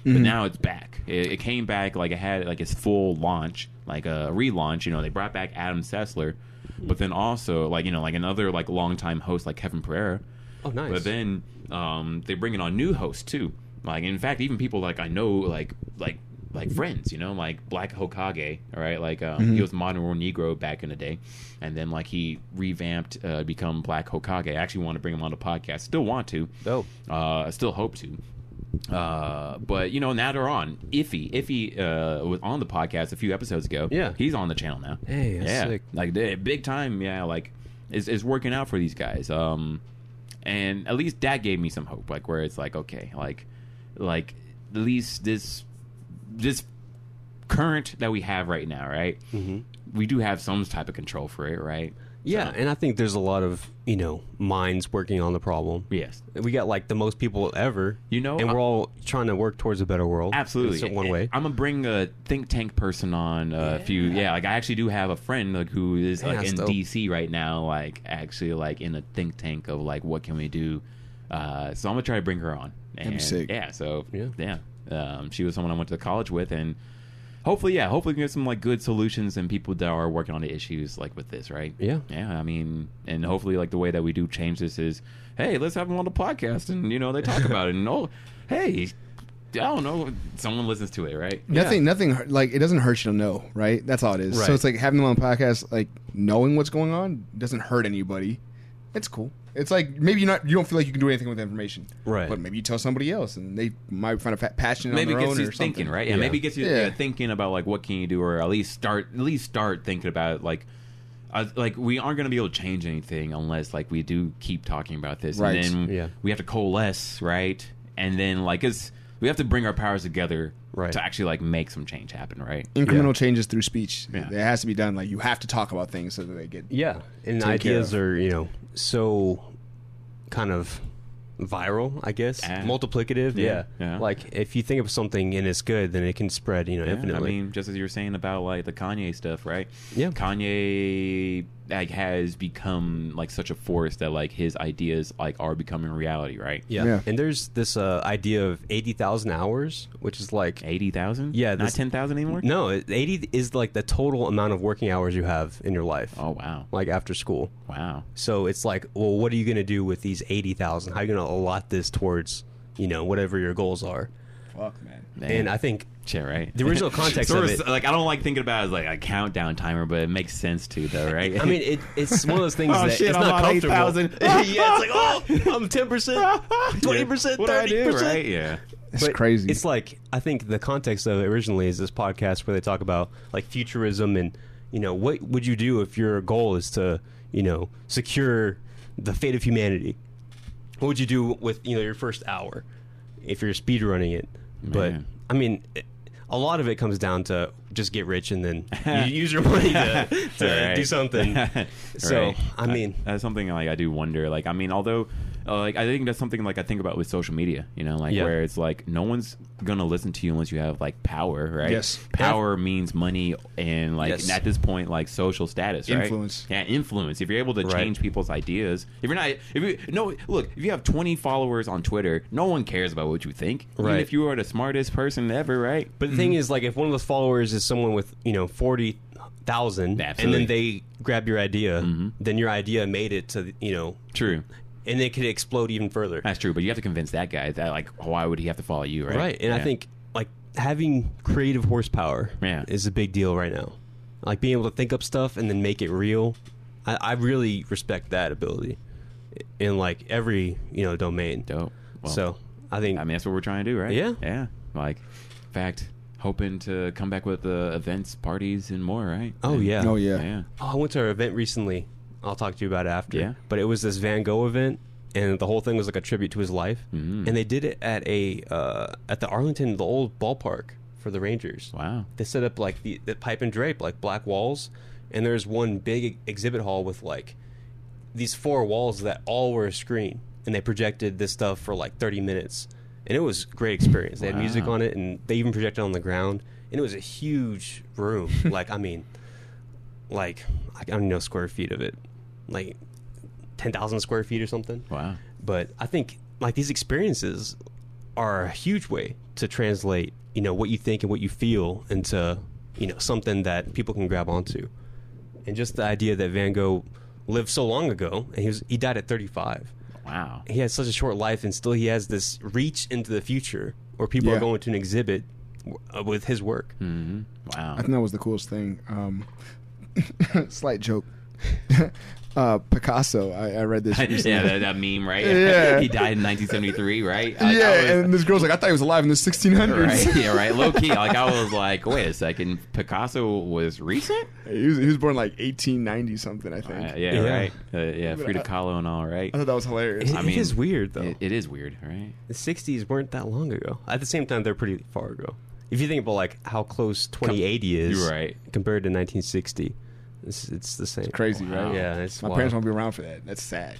Speaker 1: But now it's back. It, it came back like it had like its full launch, like a relaunch. You know, they brought back Adam Sessler, but then also like you know like another like longtime host like Kevin Pereira.
Speaker 2: Oh, nice.
Speaker 1: But then um, they bring in on new hosts too. Like in fact, even people like I know like like like friends, you know, like Black Hokage, all right? Like um, he was Modern War Negro back in the day, and then like he revamped, uh, become Black Hokage. I actually want to bring him on the podcast. Still want to.
Speaker 2: Dope.
Speaker 1: Uh, I still hope to. Uh, but you know now they're on. Iffy, Iffy uh, was on the podcast a few episodes ago.
Speaker 2: Yeah.
Speaker 1: he's on the channel now.
Speaker 2: Hey, that's
Speaker 1: yeah,
Speaker 2: sick.
Speaker 1: like they- big time. Yeah, like it's, it's working out for these guys. Um, and at least that gave me some hope. Like where it's like okay, like like at least this this current that we have right now, right? Mm-hmm. We do have some type of control for it, right?
Speaker 2: Yeah, and I think there's a lot of you know minds working on the problem.
Speaker 1: Yes.
Speaker 2: We got like the most people ever,
Speaker 1: You know,
Speaker 2: and
Speaker 1: I-
Speaker 2: we're all trying to work towards a better world.
Speaker 1: Absolutely,
Speaker 2: It's one way.
Speaker 1: I'm gonna bring a think tank person on uh, a few. Yeah, like I actually do have a friend like who is like
Speaker 2: that's
Speaker 1: in
Speaker 2: dope.
Speaker 1: DC right now, like actually like in a think tank of like what can we do. Uh, so I'm gonna try to bring her on. And,
Speaker 3: be sick.
Speaker 1: Yeah. So
Speaker 2: Yeah.
Speaker 1: yeah, Um, she was someone I went to college with, and hopefully, yeah, hopefully we can get some like good solutions and people that are working on the issues like with this, right?
Speaker 2: Yeah.
Speaker 1: Yeah, I mean, and hopefully, like the way that we do change this is, hey, let's have them on the podcast, and you know they talk about it, and oh, hey, I don't know, someone listens to it, right?
Speaker 3: Nothing, nothing hu- like it doesn't hurt you to know, right? That's all it is.
Speaker 2: Right.
Speaker 3: So it's like having them on the podcast, like knowing what's going on doesn't hurt anybody. It's cool. It's like maybe you're not, you don't feel like you can do anything with the information,
Speaker 2: Right.
Speaker 3: But maybe you tell somebody else, and they might find a fa- passion
Speaker 1: Maybe
Speaker 3: on
Speaker 1: it
Speaker 3: their own
Speaker 1: gets you
Speaker 3: or something.
Speaker 1: thinking, right? Yeah,
Speaker 2: Yeah.
Speaker 1: maybe it gets you
Speaker 3: Yeah.
Speaker 1: yeah, thinking about like what can you do, or at least start, at least start thinking about it, like. I, like we aren't going to be able to change anything unless like we do keep talking about this
Speaker 3: Right.
Speaker 1: and then
Speaker 2: Yeah.
Speaker 1: we have to coalesce right and then like it's we have to bring our powers together
Speaker 2: Right.
Speaker 1: to actually like make some change happen, right?
Speaker 3: Incremental changes through speech.
Speaker 1: Yeah.
Speaker 3: It has to be done. Like you have to talk about things so that they get.
Speaker 2: Yeah, and
Speaker 3: Take care
Speaker 2: ideas
Speaker 3: of.
Speaker 2: are you know so kind of viral, I guess,
Speaker 1: Ah.
Speaker 2: multiplicative. Yeah.
Speaker 1: yeah.
Speaker 2: like if you think of something and it's good, then it can spread. You know,
Speaker 1: Yeah,
Speaker 2: infinitely.
Speaker 1: I mean, just as you were saying about like the Kanye stuff, right?
Speaker 2: Yeah.
Speaker 1: Kanye like has become like such a force that like his ideas like are becoming reality, right?
Speaker 2: yeah.
Speaker 3: Yeah.
Speaker 2: and there's this uh, idea of eighty thousand hours, which is like
Speaker 1: Eighty thousand?
Speaker 2: Yeah,
Speaker 1: Not
Speaker 2: this-
Speaker 1: ten thousand anymore?
Speaker 2: no, eighty is like the total amount of working hours you have in your life,
Speaker 1: Oh wow.
Speaker 2: like after school.
Speaker 1: Wow.
Speaker 2: So it's like, well, what are you going to do with these eighty thousand? How are you going to allot this towards you know whatever your goals are?
Speaker 3: Fuck man.
Speaker 1: Man.
Speaker 2: And I think
Speaker 1: yeah, right.
Speaker 2: the original context
Speaker 1: Sort
Speaker 2: of
Speaker 1: of,
Speaker 2: it-
Speaker 1: like I don't like thinking about it as like a countdown timer, but it makes sense too though, right?
Speaker 2: I mean, it, it's one of those things
Speaker 1: Oh,
Speaker 2: that
Speaker 1: shit,
Speaker 2: it's
Speaker 1: I'm on
Speaker 2: not comfortable.
Speaker 1: 8,000.
Speaker 2: yeah, it's like oh, I'm ten percent, twenty percent,
Speaker 1: what do I
Speaker 2: thirty
Speaker 1: do,
Speaker 2: percent.
Speaker 1: right? Yeah.
Speaker 3: It's crazy.
Speaker 2: It's like I think the context of it originally is this podcast where they talk about like futurism and you know what would you do if your goal is to you know secure the fate of humanity? What would you do with you know your first hour if you're speed running it? But
Speaker 1: Man.
Speaker 2: I mean. It, a lot of it comes down to just get rich and then you use your money to, to
Speaker 1: Right.
Speaker 2: do something. So
Speaker 1: Right.
Speaker 2: I mean,
Speaker 1: that's something like I do wonder. Like I mean, although uh, like I think that's something like I think about with social media. You know, like
Speaker 2: Yeah.
Speaker 1: where it's like no one's gonna listen to you unless you have like power, right?
Speaker 3: Yes.
Speaker 1: power means money, and like
Speaker 2: Yes.
Speaker 1: at this point, like social status, right?
Speaker 3: Influence.
Speaker 1: Yeah, influence. If you're able to
Speaker 2: Right.
Speaker 1: change people's ideas, if you're not, if you no look, if you have 20 followers on Twitter, no one cares about what you think. Even
Speaker 2: Right.
Speaker 1: if you are the smartest person ever, right?
Speaker 2: But the thing is, like, if one of those followers is someone with you know forty thousand, and
Speaker 1: Absolutely. Mm-hmm.
Speaker 2: then they grab your idea, then your idea made it to the- you know,
Speaker 1: True.
Speaker 2: and it could explode even further.
Speaker 1: That's true, but you have to convince that guy that like why would he have to follow you, right?
Speaker 2: Right, and I
Speaker 1: Yeah.
Speaker 2: think like having creative horsepower
Speaker 1: Yeah.
Speaker 2: is a big deal right now. Like being able to think up stuff and then make it real. I, I really respect that ability in like every you know domain.
Speaker 1: dope. Well,
Speaker 2: so I think
Speaker 1: I mean, that's what we're trying to do, right?
Speaker 2: Yeah.
Speaker 1: Yeah. Like, in fact, hoping to come back with the events, parties, and more, right?
Speaker 2: Oh,
Speaker 1: And-
Speaker 2: yeah.
Speaker 3: oh yeah.
Speaker 1: Yeah.
Speaker 2: Oh, I went to an event recently. I'll talk to you about it after.
Speaker 1: Yeah.
Speaker 2: But it was this Van Gogh event, and the whole thing was like a tribute to his life.
Speaker 1: Mhm.
Speaker 2: And they did it at a uh, at the Arlington, the old ballpark for the Rangers.
Speaker 1: Wow.
Speaker 2: They set up like the, the pipe and drape, like black walls, and there's one big exhibit hall with like these four walls that all were a screen, and they projected this stuff for like 30 minutes, and it was a great experience. They had music
Speaker 1: Wow.
Speaker 2: on it, and they even projected on the ground, and it was a huge room. like I mean, like I don't know square feet of it, like 10,000 square feet or something.
Speaker 1: Wow.
Speaker 2: But I think like these experiences are a huge way to translate, you know, what you think and what you feel into, you know, something that people can grab onto. And just the idea that Van Gogh lived so long ago and he was he died at 35.
Speaker 1: Wow.
Speaker 2: He had such a short life and still he has this reach into the future where people
Speaker 3: Yeah.
Speaker 2: are going to an exhibit w- uh, with his work.
Speaker 1: Mm-hmm. Wow.
Speaker 3: I think that was the coolest thing. Um, slight joke. uh, Picasso. I, I read this. Recently.
Speaker 1: yeah, that, that meme, right?
Speaker 3: Yeah.
Speaker 1: he died in 1973, right? Like, I
Speaker 3: yeah,
Speaker 1: was-
Speaker 3: and this girl's like, I thought he was alive in the 1600s.
Speaker 1: Right, yeah, right. Low key, like I was like, wait a second, Picasso was recent.
Speaker 3: He was, he was born like 1890 something, I
Speaker 1: Uh,
Speaker 3: think.
Speaker 1: yeah,
Speaker 2: Yeah.
Speaker 1: right. Uh, yeah, Frida Kahlo and all, right?
Speaker 3: I thought that was hilarious.
Speaker 2: It-
Speaker 1: I
Speaker 2: it
Speaker 1: mean,
Speaker 2: is weird though.
Speaker 1: It, it is weird, right?
Speaker 2: the 60s weren't that long ago. At the same time, they're pretty far ago. If you think about like how close 2080 is
Speaker 1: You're right.
Speaker 2: compared to 1960, it's, it's the same.
Speaker 3: Crazy,
Speaker 1: Wow.
Speaker 3: right?
Speaker 2: Yeah, it's
Speaker 3: My
Speaker 2: wild.
Speaker 3: parents won't be around for that. That's sad.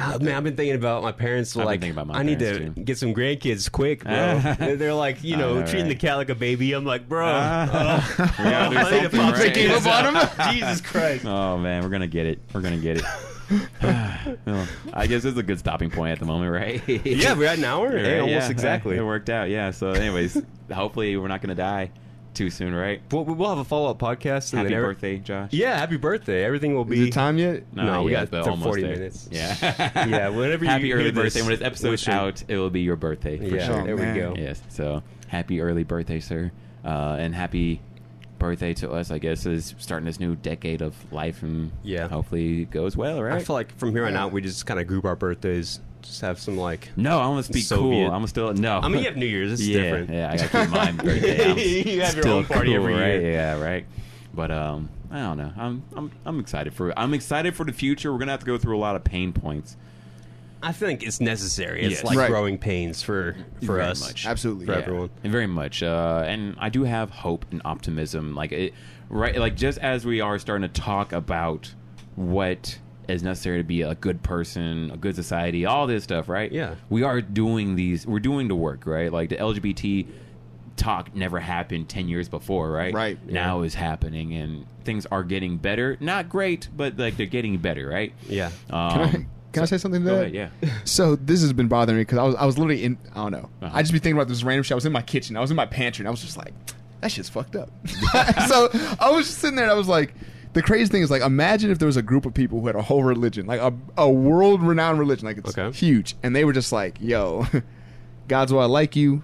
Speaker 2: Ah, man, I've been thinking about my parents.
Speaker 1: been
Speaker 2: Like,
Speaker 1: thinking about my
Speaker 2: I need to
Speaker 1: parents, too.
Speaker 2: get some grandkids quick, bro. they're, they're like, you
Speaker 1: I
Speaker 2: know,
Speaker 1: know,
Speaker 2: treating
Speaker 1: right?
Speaker 2: the cat like a baby. I'm like, bro,
Speaker 1: Ah.
Speaker 2: oh,
Speaker 1: We gotta do
Speaker 2: I need to
Speaker 1: something,
Speaker 2: pop some
Speaker 1: right?
Speaker 2: kids
Speaker 1: Give up
Speaker 2: up. Jesus Christ.
Speaker 1: Oh man, we're gonna get it. We're gonna get it. Well, I guess it's a good stopping point at the moment, right?
Speaker 2: Yeah, we're at an hour. Hey,
Speaker 1: Right,
Speaker 2: almost
Speaker 1: yeah,
Speaker 2: exactly.
Speaker 1: It worked out. Yeah. So, anyways, hopefully we're not gonna die too soon, right?
Speaker 2: We'll, we'll have a follow up podcast. and
Speaker 1: Happy
Speaker 2: then every-
Speaker 1: birthday, Josh.
Speaker 2: Yeah, happy birthday. Everything will
Speaker 3: Is
Speaker 2: be
Speaker 3: it time yet?
Speaker 1: No,
Speaker 2: No, we
Speaker 1: yeah,
Speaker 2: got
Speaker 1: but
Speaker 2: to
Speaker 1: almost
Speaker 2: 40
Speaker 1: there.
Speaker 2: minutes.
Speaker 1: Yeah.
Speaker 2: Yeah, whenever you
Speaker 1: happy
Speaker 2: hear
Speaker 1: early
Speaker 2: this,
Speaker 1: birthday. When this
Speaker 2: wish
Speaker 1: episode's
Speaker 2: him-
Speaker 1: out, it will be your birthday for
Speaker 2: yeah,
Speaker 1: sure.
Speaker 2: there
Speaker 3: man.
Speaker 2: we go.
Speaker 1: Yes. So happy early birthday, sir, uh, and happy birthday to us. I guess is starting this new decade of life, and
Speaker 2: Yeah.
Speaker 1: hopefully it goes well, right?
Speaker 2: I feel like from here on
Speaker 3: Yeah.
Speaker 2: out, we just kind of group our birthdays. Just have some like.
Speaker 1: No, I'm gonna speak
Speaker 2: Soviet.
Speaker 1: cool. I'm still no.
Speaker 2: I mean, you have New Year's. It's
Speaker 1: yeah,
Speaker 2: different.
Speaker 1: yeah. I gotta keep mine birthday. I'm
Speaker 2: You have your
Speaker 1: still
Speaker 2: own party
Speaker 1: cool,
Speaker 2: every
Speaker 1: right?
Speaker 2: year.
Speaker 1: Yeah, right. But um, I don't know. I'm I'm I'm excited for I'm excited for the future. We're gonna have to go through a lot of pain points
Speaker 2: I think it's necessary. It's
Speaker 1: Yes.
Speaker 2: like
Speaker 3: Right.
Speaker 2: growing pains for for
Speaker 1: Very
Speaker 2: us.
Speaker 1: much.
Speaker 3: Absolutely.
Speaker 2: For
Speaker 3: Yeah.
Speaker 2: everyone.
Speaker 1: And very much. Uh, and I do have hope and optimism. Like it, right? Like just as we are starting to talk about what is necessary to be a good person, a good society, all this stuff, right?
Speaker 2: Yeah.
Speaker 1: We are doing these. We're doing the work, right? Like the LGBT talk never happened 10 years before right
Speaker 3: Right.
Speaker 1: now is happening and things are getting better not great but like they're getting better right
Speaker 2: Yeah.
Speaker 1: um,
Speaker 3: Can I, can I say something to
Speaker 1: go
Speaker 3: that?
Speaker 1: ahead, yeah
Speaker 3: So this has been bothering me because I was I was literally in I don't know
Speaker 1: Uh-huh.
Speaker 3: I just be thinking about this random shit. I was in my kitchen. I was in my pantry. and I was just like, that shit's fucked up. so I was just sitting there. and I was like, the crazy thing is like, imagine if there was a group of people who had a whole religion, like a a world renowned religion, like it's
Speaker 2: Okay.
Speaker 3: huge, and they were just like, yo, God's why I like you.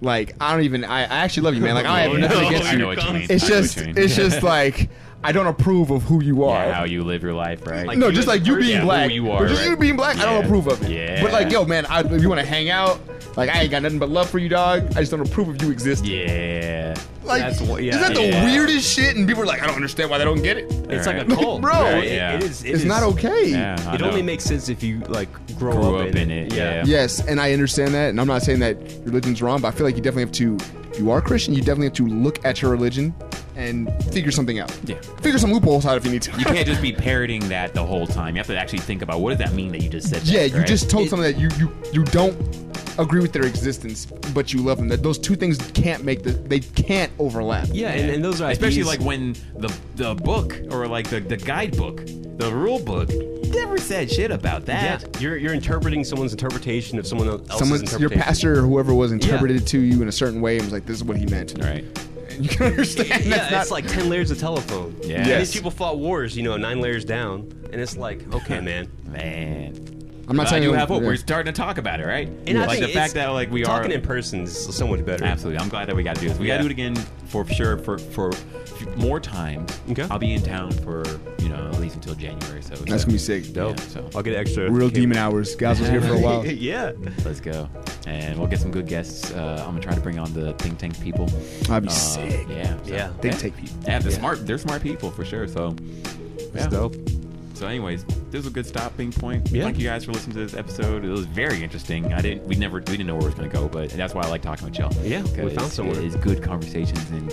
Speaker 3: Like I don't even I, I actually love you, man. Like I have
Speaker 1: Oh,
Speaker 3: nothing
Speaker 1: no.
Speaker 3: against
Speaker 1: I
Speaker 3: you.
Speaker 1: know what you mean.
Speaker 3: It's
Speaker 1: I know what
Speaker 3: just
Speaker 1: you mean.
Speaker 3: it's just like I don't approve of who you are
Speaker 1: yeah, how you live your life right
Speaker 2: Like,
Speaker 3: no,
Speaker 2: you
Speaker 3: just
Speaker 2: as a
Speaker 3: like you
Speaker 2: person.
Speaker 3: being
Speaker 1: Yeah, who
Speaker 3: black.
Speaker 1: you are,
Speaker 3: Just
Speaker 1: right?
Speaker 3: you being black, I don't
Speaker 1: Yeah.
Speaker 3: approve of it.
Speaker 1: Yeah.
Speaker 3: But like, yo, man, I, if you want to hang out, like, I ain't got nothing but love for you, dog. I just don't approve of you existing.
Speaker 1: yeah
Speaker 3: Like,
Speaker 2: That's what- yeah,
Speaker 3: is that the
Speaker 1: yeah.
Speaker 3: weirdest shit? And people are like, I don't understand why they don't get it.
Speaker 2: It's
Speaker 1: Alright.
Speaker 2: like a cult.
Speaker 3: Bro,
Speaker 2: Right, it-
Speaker 1: yeah.
Speaker 2: it is. it
Speaker 3: it's
Speaker 2: is-
Speaker 3: not okay.
Speaker 1: Yeah, I
Speaker 2: It only
Speaker 1: know.
Speaker 2: makes sense if you like grow,
Speaker 1: Grew
Speaker 2: up,
Speaker 1: up in it, yeah.
Speaker 3: Yes, and I understand that, and I'm not saying that religion's wrong, but I feel like you definitely have to. If you are Christian, you definitely have to look at your religion and figure something out.
Speaker 1: Yeah.
Speaker 3: Figure some loopholes out if you need to.
Speaker 1: You can't just be parroting that the whole time. You have to actually think about what does that mean that you just said.
Speaker 3: Yeah,
Speaker 1: that,
Speaker 3: you
Speaker 1: right?
Speaker 3: just told
Speaker 2: It-
Speaker 3: something that you, you you don't agree with their existence, but you love them. That those two things can't make the they can't overlap.
Speaker 2: Yeah, and, and those are
Speaker 1: especially
Speaker 2: ideas-
Speaker 1: like when the the book or like the the guidebook, the rule book, never said shit about
Speaker 2: yeah,
Speaker 1: that.
Speaker 2: you're you're interpreting someone's interpretation of someone else's
Speaker 3: Someone's your
Speaker 2: interpretation.
Speaker 3: pastor or whoever was interpreted it to you in a certain way and was like, "This is what he meant."
Speaker 1: All right.
Speaker 3: And you can understand.
Speaker 2: Yeah,
Speaker 3: that's not,
Speaker 2: it's like ten layers of telephone.
Speaker 1: Yeah.
Speaker 2: And
Speaker 3: Yes.
Speaker 2: these people fought wars, you know, nine layers down, and it's like, okay, man.
Speaker 1: Man,
Speaker 3: I'm not
Speaker 1: I
Speaker 3: saying
Speaker 1: do
Speaker 3: it-
Speaker 1: have hope.
Speaker 3: yeah.
Speaker 1: We're starting to talk about it, right?
Speaker 2: And I
Speaker 1: like
Speaker 2: think
Speaker 1: the fact
Speaker 2: it's-
Speaker 1: that like we are
Speaker 2: talking in person is so much better.
Speaker 1: Absolutely, I'm glad that we got to do this. We got
Speaker 2: Yeah.
Speaker 1: to do it again for sure for for more times.
Speaker 2: Okay.
Speaker 1: I'll be in town for you know at least until January. So
Speaker 3: That's gonna be sick.
Speaker 2: Dope.
Speaker 1: Yeah, so-
Speaker 2: I'll get extra.
Speaker 3: Real demon hours. Guys was here for a while.
Speaker 2: yeah.
Speaker 1: Let's go. And we'll get some good guests. Uh, I'm gonna try to bring on the think tank people.
Speaker 3: I'd be
Speaker 1: Uh,
Speaker 3: sick.
Speaker 1: Yeah. so-
Speaker 2: Yeah.
Speaker 3: Think tank people.
Speaker 1: Yeah, they're
Speaker 3: Yeah.
Speaker 1: smart. They're smart people for sure. So, yeah.
Speaker 3: That's dope.
Speaker 1: So, anyways, this was a good stopping point.
Speaker 2: Yeah.
Speaker 1: Thank you guys for listening to this episode. It was very interesting. I didn't. We never. We didn't know where it was gonna go, but that's why I like talking with y'all.
Speaker 2: Yeah, we
Speaker 1: 'Cause
Speaker 2: found somewhere.
Speaker 1: It's good conversations and.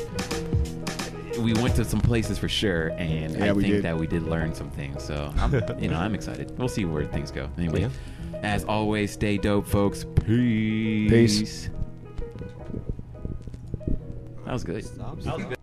Speaker 1: We went to some places for sure, and I
Speaker 3: Yeah, we
Speaker 1: think
Speaker 3: did.
Speaker 1: that we did learn some things. So, I'm, you know, I'm excited. We'll see where things go. Anyway,
Speaker 2: Yeah.
Speaker 1: as always, stay dope, folks. Peace. That was good.
Speaker 4: Stop,
Speaker 1: That was
Speaker 4: stop.
Speaker 1: good.